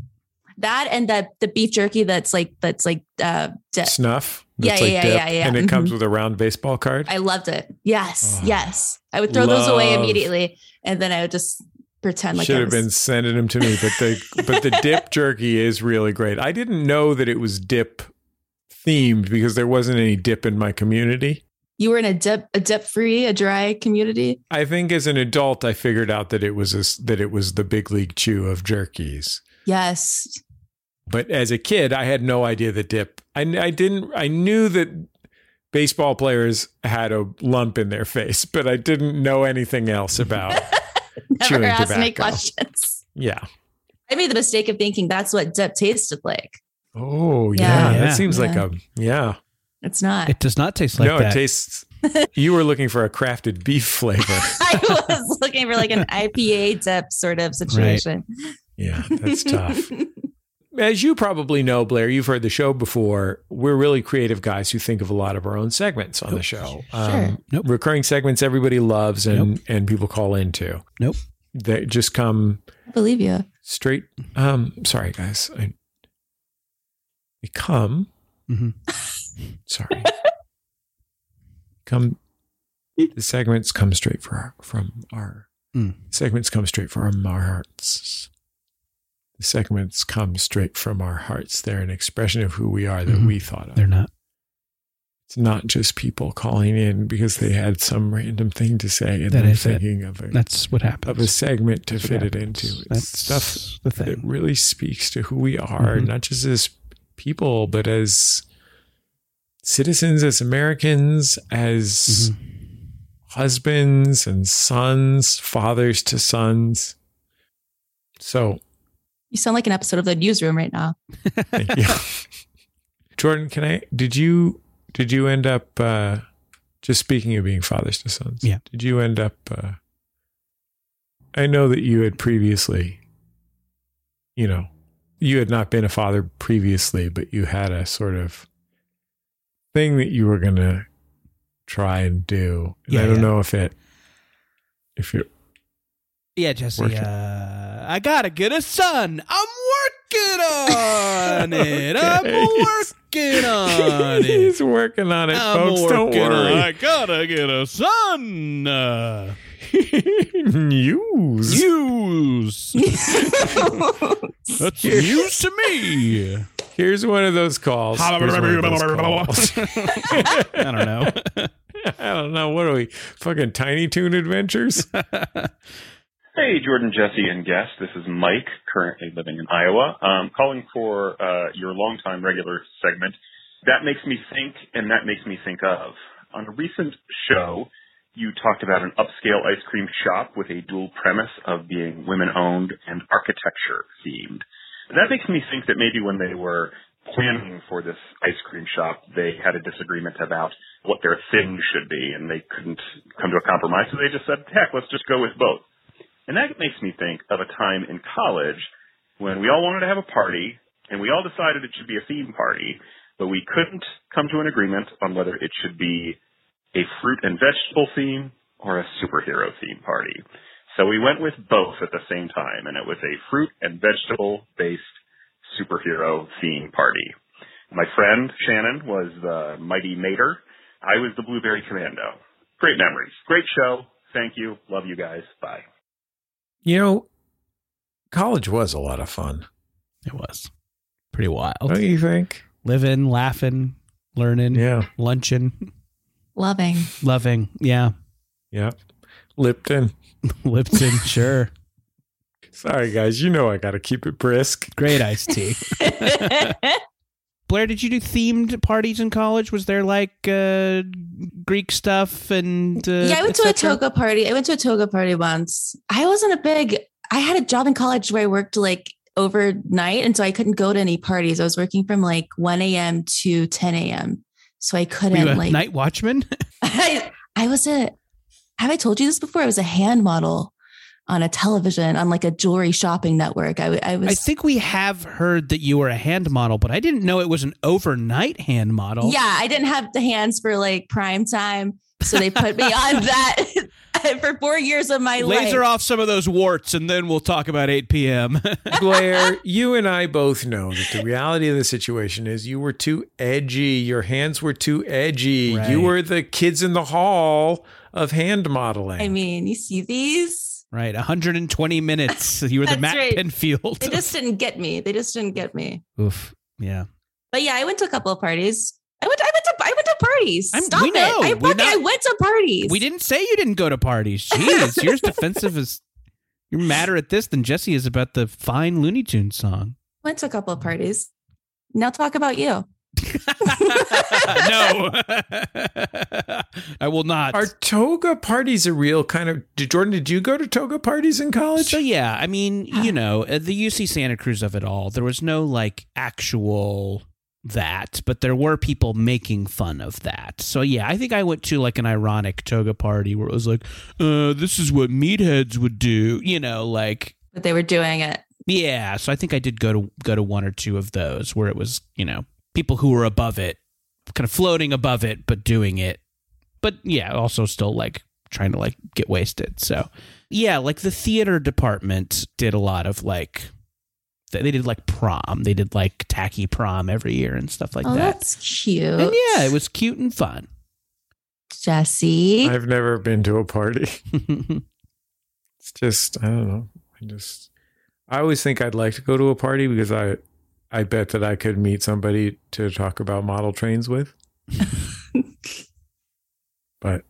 Speaker 4: That and that the beef jerky that's like that's like uh de-
Speaker 2: Snuff.
Speaker 4: Yeah,
Speaker 2: that's
Speaker 4: yeah,
Speaker 2: like
Speaker 4: yeah,
Speaker 2: dip,
Speaker 4: yeah, yeah.
Speaker 2: And it
Speaker 4: Mhm.
Speaker 2: comes with a round baseball card.
Speaker 4: I loved it. Yes,
Speaker 2: Oh.
Speaker 4: yes. I would throw those away
Speaker 2: Love.
Speaker 4: immediately and then I would just pretend like
Speaker 2: Should
Speaker 4: I
Speaker 2: have
Speaker 4: was-
Speaker 2: been sending them to me, but the but the dip jerky is really great. I didn't know that it was dip themed because there wasn't any dip in my community.
Speaker 4: you were in a dip a dip free, a dry community.
Speaker 2: I think as an adult, I figured out that it was a s that it was the big league chew of jerkies.
Speaker 4: Yes.
Speaker 2: But as a kid, I had no idea the dip. I, kn- I didn't. I knew that baseball players had a lump in their face, but I didn't know anything else about.
Speaker 4: Never
Speaker 2: Chewing
Speaker 4: asked me
Speaker 2: tobacco.
Speaker 4: questions.
Speaker 2: yeah.
Speaker 4: I made the mistake of thinking that's what dip tasted like.
Speaker 2: Oh yeah,
Speaker 4: Yeah.
Speaker 3: Yeah.
Speaker 2: that seems like
Speaker 4: Yeah.
Speaker 2: a yeah.
Speaker 4: It's not.
Speaker 3: It does not taste like
Speaker 2: no,
Speaker 3: that.
Speaker 2: it tastes. You were looking for a crafted beef flavor.
Speaker 4: I was looking for like an IPA dip sort of situation.
Speaker 2: yeah, that's tough. As you probably know, Blair, you've heard the show before. We're really creative guys who think of a lot of our own segments on the show. Um,
Speaker 3: Nope.
Speaker 2: Recurring segments everybody loves and, and people call into.
Speaker 3: Nope.
Speaker 2: They just come
Speaker 4: I believe you.
Speaker 2: straight. Um, sorry, guys. I, they come.
Speaker 3: Mhm.
Speaker 2: Sorry. come. The segments come straight for our, from our.
Speaker 3: Mm.
Speaker 2: Segments come straight from our hearts the segments come straight from our hearts. They're an expression of who we are that
Speaker 3: Mhm.
Speaker 2: we thought of.
Speaker 3: They're not.
Speaker 2: it's not just people calling in because they had some random thing to say and
Speaker 3: That
Speaker 2: they're
Speaker 3: is it.
Speaker 2: thinking of a
Speaker 3: That's what
Speaker 2: of a
Speaker 3: happens.
Speaker 2: segment to
Speaker 3: That's what
Speaker 2: fit it
Speaker 3: happens.
Speaker 2: into. It's
Speaker 3: That's
Speaker 2: stuff
Speaker 3: the
Speaker 2: that
Speaker 3: thing.
Speaker 2: really speaks to who we are,
Speaker 3: Mhm.
Speaker 2: not just as people, but as citizens, as Americans, as
Speaker 3: Mm-hmm.
Speaker 2: husbands and sons, fathers to sons. So
Speaker 4: You sound like an episode of the newsroom right now.
Speaker 2: Thank you. Jordan, can I did you did you end up uh just speaking of being fathers to sons?
Speaker 3: Yeah.
Speaker 2: Did you end up uh I know that you had previously you know, you had not been a father previously, but you had a sort of thing that you were going to try and do. And
Speaker 3: Yeah,
Speaker 2: I don't
Speaker 3: yeah.
Speaker 2: know if it if it
Speaker 3: Yeah, Jesse.
Speaker 2: Working.
Speaker 3: Uh, I gotta get a son. I'm working on it. I'm
Speaker 2: Okay.
Speaker 3: working on Oh, it.
Speaker 2: He's working on it,
Speaker 3: I'm
Speaker 2: folks. Don't
Speaker 3: working on it.
Speaker 2: worry.
Speaker 3: I gotta get a son. Uh,
Speaker 2: News.
Speaker 3: use. That's news to me.
Speaker 2: Here's one of those calls. Here's one of those calls.
Speaker 3: I don't know.
Speaker 2: I don't know. What are we? Fucking Tiny Toon Adventures?
Speaker 8: Hey, Jordan, Jesse, and guest. This is Mike, currently living in Iowa, um, calling for uh, your longtime regular segment. That makes me think, and that makes me think of. On a recent show, you talked about an upscale ice cream shop with a dual premise of being women owned and architecture themed. That makes me think that maybe when they were planning for this ice cream shop, they had a disagreement about what their thing should be, and they couldn't come to a compromise, so they just said, heck, let's just go with both. And that makes me think of a time in college when we all wanted to have a party and we all decided it should be a theme party, but we couldn't come to an agreement on whether it should be a fruit and vegetable theme, or a superhero theme party. So we went with both at the same time, and it was a fruit and vegetable based superhero theme party. My friend Shannon was the Mighty Mater. I was the Blueberry Commando. Great memories. Great show. Thank you. Love you guys. Bye.
Speaker 2: You know, college was a lot of fun.
Speaker 3: It was pretty wild.
Speaker 2: Don't you think?
Speaker 3: Living, laughing, learning,
Speaker 2: Yeah.
Speaker 3: lunching,
Speaker 4: Loving.
Speaker 3: loving. Yeah.
Speaker 2: Yeah. Lipton.
Speaker 3: Lipton, sure.
Speaker 2: Sorry, guys. You know I got to keep it brisk.
Speaker 3: Great iced tea. Blair, did you do themed parties in college? Was there like uh, Greek stuff and uh,
Speaker 4: yeah, I went to a
Speaker 3: et cetera?
Speaker 4: toga party. I went to a toga party once. I wasn't a big. I had a job in college where I worked like overnight, and so I couldn't go to any parties. I was working from like 1 a.m. to 10 a.m. So I
Speaker 3: Were
Speaker 4: couldn't
Speaker 3: you a
Speaker 4: like.
Speaker 3: night watchman?
Speaker 4: I, I was a. Have I told you this before? I was a hand model on a television on like a jewelry shopping network. I, w- I was.
Speaker 3: I think we have heard that you were a hand model, but I didn't know it was an overnight hand model.
Speaker 4: Yeah, I didn't have the hands for like prime time, so they put me on that for four years of my life.
Speaker 3: Laser off some of those warts, and then we'll talk about 8 p.m.
Speaker 2: Blair, you and I both know that the reality of the situation is you were too edgy. Your hands were too edgy.
Speaker 3: Right.
Speaker 2: You were the kids in the hall of hand modeling.
Speaker 4: I mean, you see these?
Speaker 3: right, 120 minutes. You were the
Speaker 4: That's
Speaker 3: Matt
Speaker 4: right.
Speaker 3: Penfield.
Speaker 4: They just didn't get me. They just didn't get me.
Speaker 3: Oof. Yeah.
Speaker 4: But yeah, I went to a couple of parties. I went. I went to. I went to parties.
Speaker 3: I'm-
Speaker 4: Stop
Speaker 3: we know.
Speaker 4: it! I,
Speaker 3: We're
Speaker 4: fucking-
Speaker 3: not-
Speaker 4: I went to parties.
Speaker 3: We didn't say you didn't go to parties. Jeez, you're as defensive as you're madder at this than Jesse is about the fine Looney Tunes song.
Speaker 4: went to a couple of parties. Now talk about you.
Speaker 3: no, I will not.
Speaker 2: Are toga parties a real kind of? Did, Jordan, did you go to toga parties in college?
Speaker 3: So yeah, I mean, you know, uh, the UC Santa Cruz of it all. There was no like actual that, but there were people making fun of that. So yeah, I think I went to like an ironic toga party where it was like, uh, "This is what meatheads would do," you know, like
Speaker 4: But they were doing it.
Speaker 3: yeah. So I think I did go to go to one or two of those where it was you know people who were above it, kind of floating above it, but doing it. But yeah, also still like trying to like get wasted. So yeah, like the theater department did a lot of like th- they did like prom, they did like tacky prom every year and stuff like
Speaker 4: oh,
Speaker 3: that.
Speaker 4: that's cute.
Speaker 3: And yeah, it was cute and fun.
Speaker 4: Jesse.
Speaker 2: I've never been to a party. It's just I don't know. I just I always think I'd like to go to a party because I I bet that I could meet somebody to talk about model trains with. but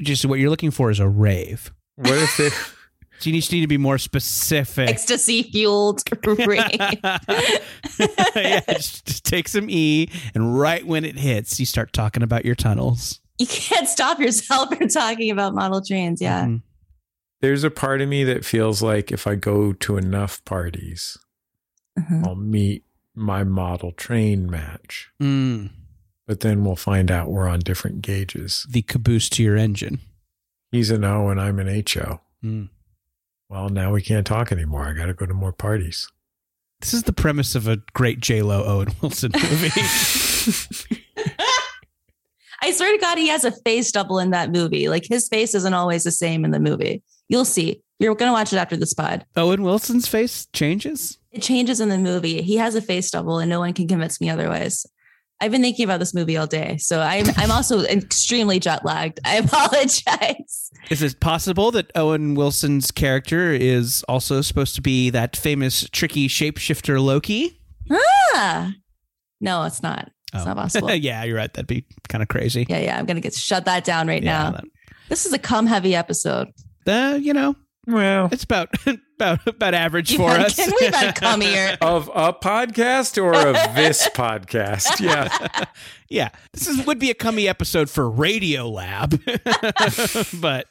Speaker 3: Just what you're looking for is a rave.
Speaker 2: what if they
Speaker 3: So you just need to be more specific.
Speaker 4: Ecstasy fueled ring.
Speaker 3: yeah, just, just take some E, and right when it hits, you start talking about your tunnels.
Speaker 4: you can't stop yourself from talking about model trains. Yeah.
Speaker 3: Mhm.
Speaker 2: there's a part of me that feels like if I go to enough parties,
Speaker 3: Mm-hmm.
Speaker 4: Mhm.
Speaker 2: I'll meet my model train match.
Speaker 3: Mm,
Speaker 2: But then we'll find out we're on different gauges.
Speaker 3: the caboose to your engine.
Speaker 2: He's an O and I'm an HO.
Speaker 3: Mm.
Speaker 2: Well, now we can't talk anymore. I got to go to more parties.
Speaker 3: This is the premise of a great J Lo Owen Wilson movie.
Speaker 4: I swear to God, he has a face double in that movie. Like his face isn't always the same in the movie. You'll see. You're going to watch it after this pod.
Speaker 3: Owen Wilson's face changes.
Speaker 4: It changes in the movie. He has a face double, and no one can convince me otherwise. I've been thinking about this movie all day, so I'm I'm also extremely jet lagged. I apologize.
Speaker 3: Is it possible that Owen Wilson's character is also supposed to be that famous tricky shapeshifter Loki?
Speaker 4: Ah. No, it's not. It's
Speaker 3: Oh.
Speaker 4: not possible.
Speaker 3: yeah, you're right. That'd be kind of crazy.
Speaker 4: Yeah, yeah. I'm gonna get shut that down right now.
Speaker 3: that-
Speaker 4: This is a cum heavy episode.
Speaker 3: Uh, you know,
Speaker 2: Well,
Speaker 3: it's about about about average
Speaker 4: We've
Speaker 3: for
Speaker 4: had-
Speaker 3: us.
Speaker 4: We've had cum here.
Speaker 2: of a podcast or of this podcast? Yeah.
Speaker 3: yeah, this is, would be a cummy episode for Radio Lab, but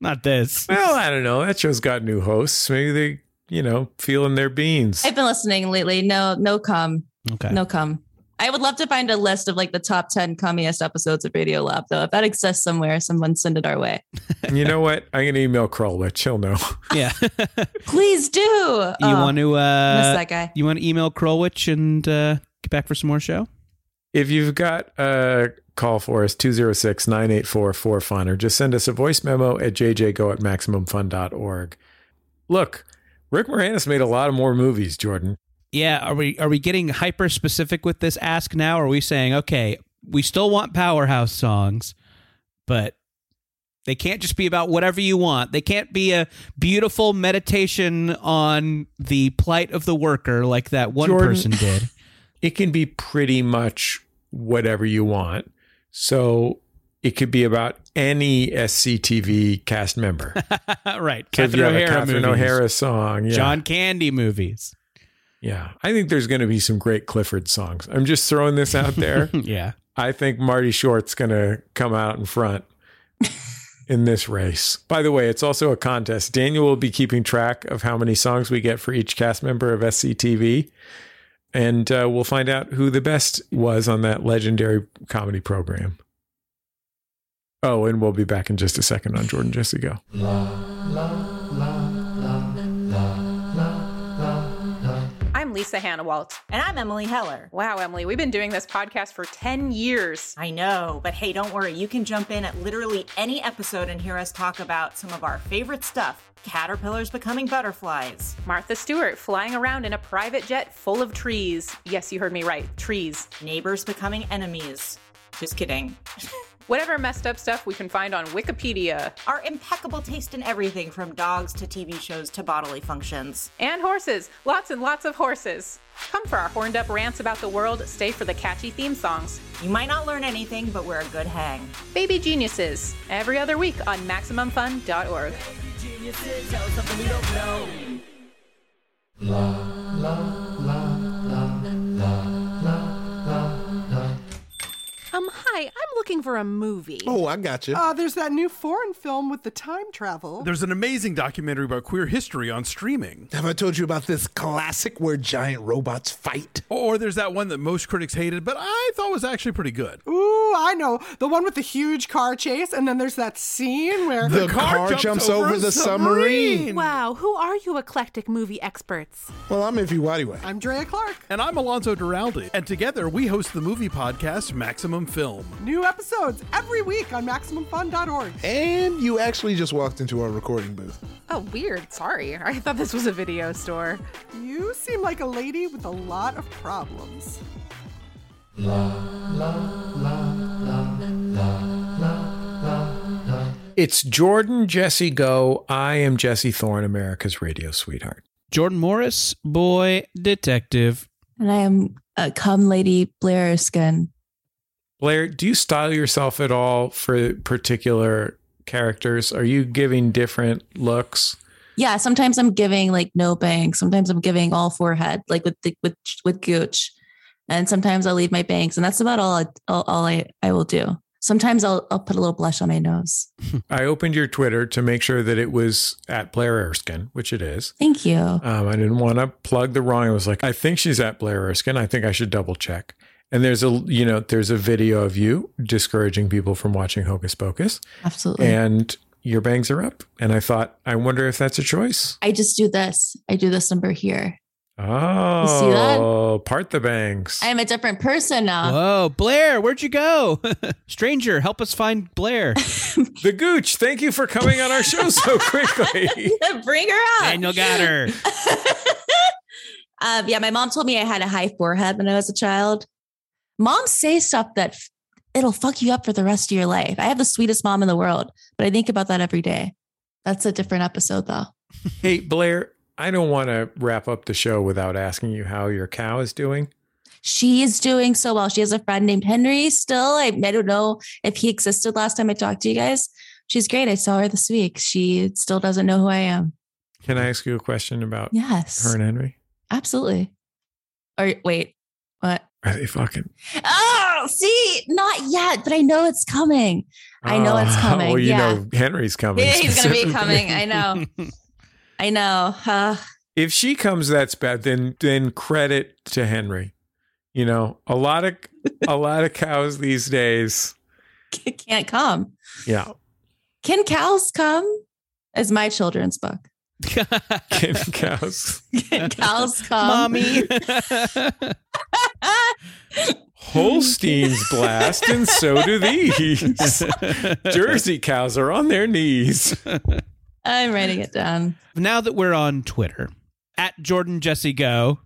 Speaker 3: not this.
Speaker 2: Well, I don't know. That show's got new hosts. Maybe they, you know, feeling their beans.
Speaker 4: I've been listening lately. No, no cum.
Speaker 3: Okay.
Speaker 4: No cum. I would love to find a list of like the top 10 cummiest episodes of Radio Lab, though. If that exists somewhere, someone send it our way.
Speaker 2: You know what? I'm going to email Krulwich. He'll know.
Speaker 3: Yeah. you
Speaker 4: Please do. You
Speaker 3: want to
Speaker 4: miss
Speaker 3: uh
Speaker 4: that guy.
Speaker 3: you want to email Krolwich and uh get back for some more show?
Speaker 2: If you've got a call for us 206 984 4FUN or just send us a voice memo at jjgo at MaximumFun.org. Look, Rick Moranis made a lot of more movies, Jordan.
Speaker 3: Yeah, are we are we getting hyper specific with this ask now? Or are we saying okay, we still want powerhouse songs, but they can't just be about whatever you want. They can't be a beautiful meditation on the plight of the worker like that one
Speaker 2: Jordan.
Speaker 3: person did.
Speaker 2: It can be pretty much whatever you want. So it could be about any SCTV cast member.
Speaker 3: right,
Speaker 2: Could
Speaker 3: Catherine
Speaker 2: be a
Speaker 3: O'Hara
Speaker 2: Catherine
Speaker 3: movies,
Speaker 2: O'Hara song. Yeah.
Speaker 3: John Candy movies.
Speaker 2: Yeah. I think there's going to be some great Clifford songs. I'm just throwing this out there.
Speaker 3: yeah,
Speaker 2: I think Marty Short's going to come out in front in this race. By the way, it's also a contest. Daniel will be keeping track of how many songs we get for each cast member of SCTV. And uh, we'll find out who the best was on that legendary comedy program. Oh, and we'll be back in just a second on Jordan Jesse Go.
Speaker 9: I'm Lisa Hannah Waltz.
Speaker 10: And I'm Emily Heller.
Speaker 9: Wow, Emily, we've been doing this podcast for 10 years.
Speaker 10: I know, but hey, don't worry. You can jump in at literally any episode and hear us talk about some of our favorite stuff caterpillars becoming butterflies.
Speaker 9: Martha Stewart flying around in a private jet full of trees. Yes, you heard me right. Trees.
Speaker 10: Neighbors becoming enemies. Just kidding.
Speaker 9: Whatever messed up stuff we can find on Wikipedia.
Speaker 10: Our impeccable taste in everything from dogs to TV shows to bodily functions.
Speaker 9: And horses. Lots and lots of horses. Come for our horned up rants about the world, stay for the catchy theme songs.
Speaker 10: You might not learn anything, but we're a good hang.
Speaker 9: Baby Geniuses. Every other week on MaximumFun.org.
Speaker 11: Um, hi, I'm looking for a movie.
Speaker 12: Oh, I got you.
Speaker 13: Ah, there's that new foreign film with the time travel.
Speaker 12: There's an amazing documentary about queer history on streaming.
Speaker 13: Have I told you about this classic where giant robots fight?
Speaker 12: Or there's that one that most critics hated, but I thought was actually pretty good.
Speaker 13: Ooh, I know. The one with the huge car chase, and then there's that scene where
Speaker 12: The The car car jumps jumps over over a the submarine. submarine.
Speaker 11: Wow, who are you eclectic movie experts?
Speaker 12: Well, I'm Ify Wadiway.
Speaker 13: I'm Drea Clark.
Speaker 12: And I'm Alonzo Duraldi. And together we host the movie podcast Maximum Film.
Speaker 13: New episodes every week on MaximumFun.org.
Speaker 14: And you actually just walked into our recording booth.
Speaker 9: Oh, weird. Sorry. I thought this was a video store.
Speaker 13: You seem like a lady with a lot of problems.
Speaker 2: It's Jordan Jesse Go. I am Jesse Thorne, America's radio sweetheart.
Speaker 3: Jordan Morris, boy detective.
Speaker 4: And I am a cum lady Blair skin.
Speaker 2: Blair, do you style yourself at all for particular characters? Are you giving different looks?
Speaker 4: Yeah, sometimes I'm giving like no bangs. Sometimes I'm giving all forehead, like with the, with with gooch, and sometimes I'll leave my bangs, and that's about all I, all, all I I will do. Sometimes I'll I'll put a little blush on my nose.
Speaker 2: I opened your Twitter to make sure that it was at Blair Erskine, which it is.
Speaker 4: Thank you.
Speaker 2: Um, I didn't want to plug the wrong. I was like, I think she's at Blair Erskine. I think I should double check. And there's a you know there's a video of you discouraging people from watching Hocus Pocus,
Speaker 4: Absolutely.
Speaker 2: and your bangs are up. And I thought, I wonder if that's a choice.
Speaker 4: I just do this. I do this number here. see that?
Speaker 2: Oh, part the bangs.
Speaker 4: I am a different person now.
Speaker 3: Whoa, Blair, where'd you go? Stranger, help us find Blair.
Speaker 2: The Gooch, thank you for coming on our show so quickly.
Speaker 4: Bring her out.
Speaker 3: Daniel got her.
Speaker 4: Um, yeah, my mom told me I had a high forehead when I was a child. Moms say stuff that f- it'll fuck you up for the rest of your life. I have the sweetest mom in the world, but I think about that every day. That's a different episode, though.
Speaker 2: hey, Blair, I don't want to wrap up the show without asking you how your cow is doing.
Speaker 4: She is doing so well. She has a friend named Henry still. I, I don't know if he existed last time I talked to you guys. She's great. I saw her this week. She still doesn't know who I am.
Speaker 2: Can I ask you a question about
Speaker 4: Yes.
Speaker 2: her and Henry?
Speaker 4: Absolutely. Or wait, what?
Speaker 2: Are they fucking?
Speaker 4: Oh, see, not yet, but I know it's coming. I know it's
Speaker 2: Oh,
Speaker 4: coming.
Speaker 2: Well, you
Speaker 4: yeah.
Speaker 2: know Henry's coming.
Speaker 4: Yeah, he's gonna be
Speaker 2: specifically.
Speaker 4: coming. I know. I know. Uh,
Speaker 2: If she comes, that's bad. Then, then credit to Henry. You know, a lot of a lot of cows these days.
Speaker 4: can't come.
Speaker 2: Yeah,
Speaker 4: Can cows come? Is my children's book.
Speaker 2: can cows.
Speaker 4: Um, Can cows come?
Speaker 3: Mommy.
Speaker 2: Holsteins blast, and so do these. Jersey cows are on their knees.
Speaker 4: I'm writing it down.
Speaker 3: Now that we're on Twitter, at Jordan Jesse Go,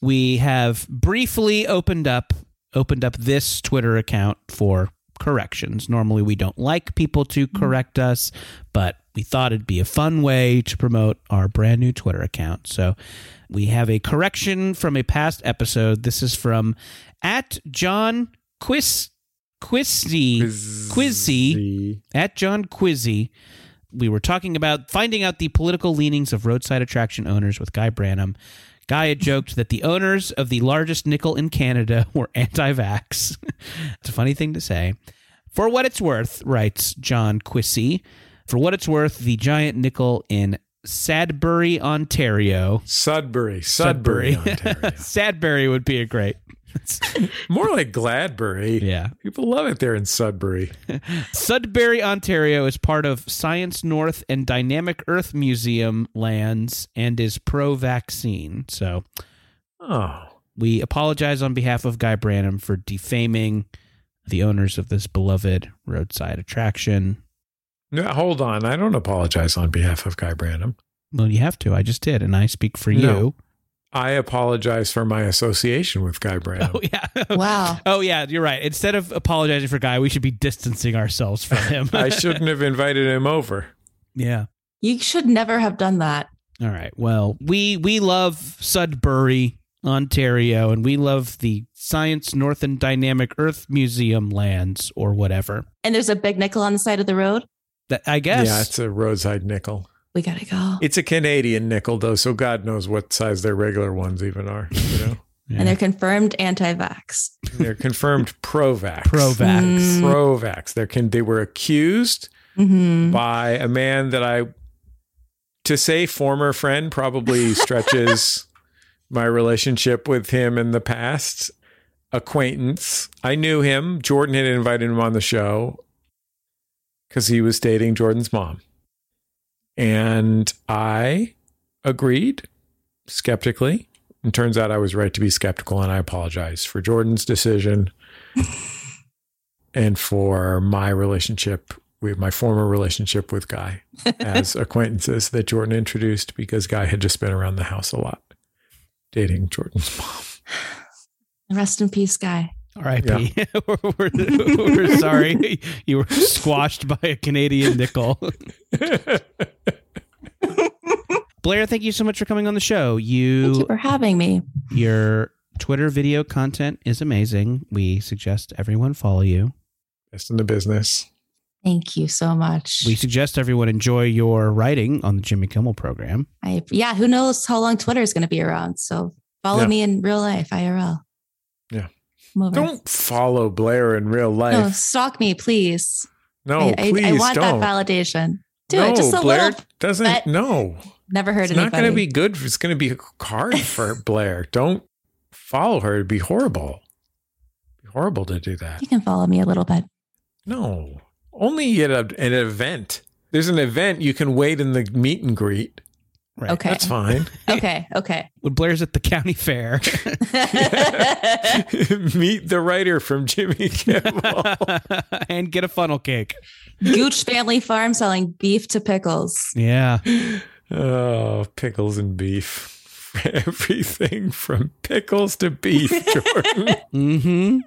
Speaker 3: we have briefly opened up opened up this Twitter account for corrections. Normally we don't like people to correct us, but we thought it'd be a fun way to promote our brand new Twitter account. So we have a correction from a past episode. This is from at John Quis Quizzy Quizzy at John Quizzy. We were talking about finding out the political leanings of roadside attraction owners with Guy Branum. Guy had joked that the owners of the largest nickel in Canada were anti vax. it's a funny thing to say. For what it's worth, writes John Quissy, for what it's worth, the giant nickel in Sudbury, Ontario.
Speaker 2: Sudbury, Sudbury, Ontario.
Speaker 3: Sudbury would be a great.
Speaker 2: More like Gladbury.
Speaker 3: Yeah.
Speaker 2: People love it there in Sudbury.
Speaker 3: Sudbury, Ontario is part of Science North and Dynamic Earth Museum lands and is pro vaccine. So
Speaker 2: Oh.
Speaker 3: we apologize on behalf of Guy Branum for defaming the owners of this beloved roadside attraction.
Speaker 2: No, hold on. I don't apologize on behalf of Guy Branum.
Speaker 3: Well, you have to. I just did, and I speak for you.
Speaker 2: No. I apologize for my association with Guy Branum.
Speaker 3: Oh yeah.
Speaker 4: Wow.
Speaker 3: oh yeah, you're right. Instead of apologizing for Guy, we should be distancing ourselves from him.
Speaker 2: I shouldn't have invited him over.
Speaker 3: yeah.
Speaker 4: You should never have done that.
Speaker 3: All right. Well, we we love Sudbury, Ontario, and we love the Science North and Dynamic Earth Museum lands or whatever.
Speaker 4: And there's a big nickel on the side of the road.
Speaker 3: That I guess.
Speaker 2: Yeah, it's a roadside nickel.
Speaker 4: We gotta go.
Speaker 2: It's a Canadian nickel though, so God knows what size their regular ones even are. You know,
Speaker 4: And they're confirmed anti-vax.
Speaker 2: they're confirmed pro-vax.
Speaker 3: Pro-vax.
Speaker 4: Mm.
Speaker 2: Pro-vax. They can. They were accused
Speaker 4: Mhm.
Speaker 2: by a man that I, to say former friend, probably stretches my relationship with him in the past. Acquaintance. I knew him. Jordan had invited him on the show because he was dating Jordan's mom. And I agreed skeptically. And turns out I was right to be skeptical, and I apologize for Jordan's decision and for my relationship with my former relationship with Guy as acquaintances that Jordan introduced because Guy had just been around the house a lot dating Jordan's mom.
Speaker 4: Rest in peace, guy.
Speaker 3: R.I.P. we're, we're- we're sorry you were squashed by a Canadian nickel. Blair, thank you so much for coming on the show.
Speaker 4: Thank you
Speaker 3: You,
Speaker 4: for having me.
Speaker 3: your Twitter video content is amazing. We suggest everyone follow you.
Speaker 2: Best in the business.
Speaker 4: Thank you so much.
Speaker 3: We suggest everyone enjoy your writing on the Jimmy Kimmel program.
Speaker 4: I, yeah, who knows how long Twitter is going to be around? So follow
Speaker 2: Yeah.
Speaker 4: me in real life, IRL.
Speaker 2: Yeah.
Speaker 4: I'm over.
Speaker 2: Don't follow Blair in real
Speaker 4: no,
Speaker 2: life.
Speaker 4: stalk me, please.
Speaker 2: No,
Speaker 4: I, I-
Speaker 2: please
Speaker 4: I, want
Speaker 2: don't.
Speaker 4: that validation. Do
Speaker 2: no,
Speaker 4: it just a
Speaker 2: Blair
Speaker 4: little.
Speaker 2: doesn't.
Speaker 4: but-
Speaker 2: no,
Speaker 4: Never heard
Speaker 2: it's not going to
Speaker 4: anybody.
Speaker 2: be good. It's going to be hard for Blair. Don't follow her. It'd be horrible. It'd be horrible to do that.
Speaker 4: You can follow me a little bit.
Speaker 2: No, only at a, an event. There's an event you can wait in the meet and greet.
Speaker 3: Right.
Speaker 4: Okay.
Speaker 2: That's fine.
Speaker 4: Okay. Okay.
Speaker 3: When Blair's at the county fair.
Speaker 2: meet the writer from Jimmy Kimmel.
Speaker 3: and get a funnel cake.
Speaker 4: Gooch Family Farm selling beef to pickles.
Speaker 3: Yeah.
Speaker 2: Oh, pickles and beef. Everything from pickles to beef, Jordan.
Speaker 3: Mm-hmm.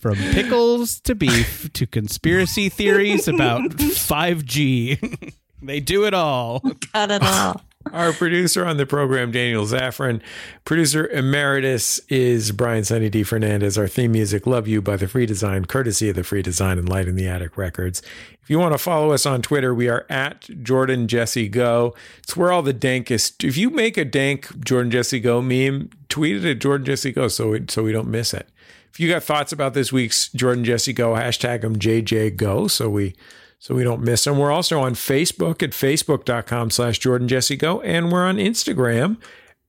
Speaker 3: From pickles to beef to conspiracy theories about 5G. they do it all.
Speaker 4: Not at all.
Speaker 2: Our producer on the program, Daniel Zaffron. Producer emeritus is Brian Sunny D. Fernandez. Our theme music, Love You by The Free Design, courtesy of The Free Design and Light in the Attic Records. If you want to follow us on Twitter, we are at Jordan Jesse Go. It's where all the dankest. If you make a dank Jordan Jesse Go meme, tweet it at Jordan Jesse Go so we, so we don't miss it. If you got thoughts about this week's Jordan Jesse Go, hashtag them JJ Go so we so we don't miss them. We're also on Facebook at facebook.com slash Jordan Jesse Go, and we're on Instagram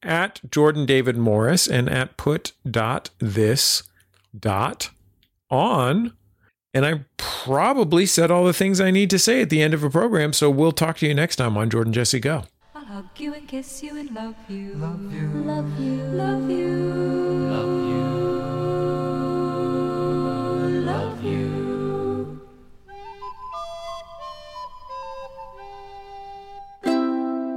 Speaker 2: at Jordan David Morris and at put dot this dot on. And I probably said all the things I need to say at the end of a program, so we'll talk to you next time on Jordan Jesse Go.
Speaker 1: I'll hug you and kiss you and love you. Love you. Love you. Love you. Love you.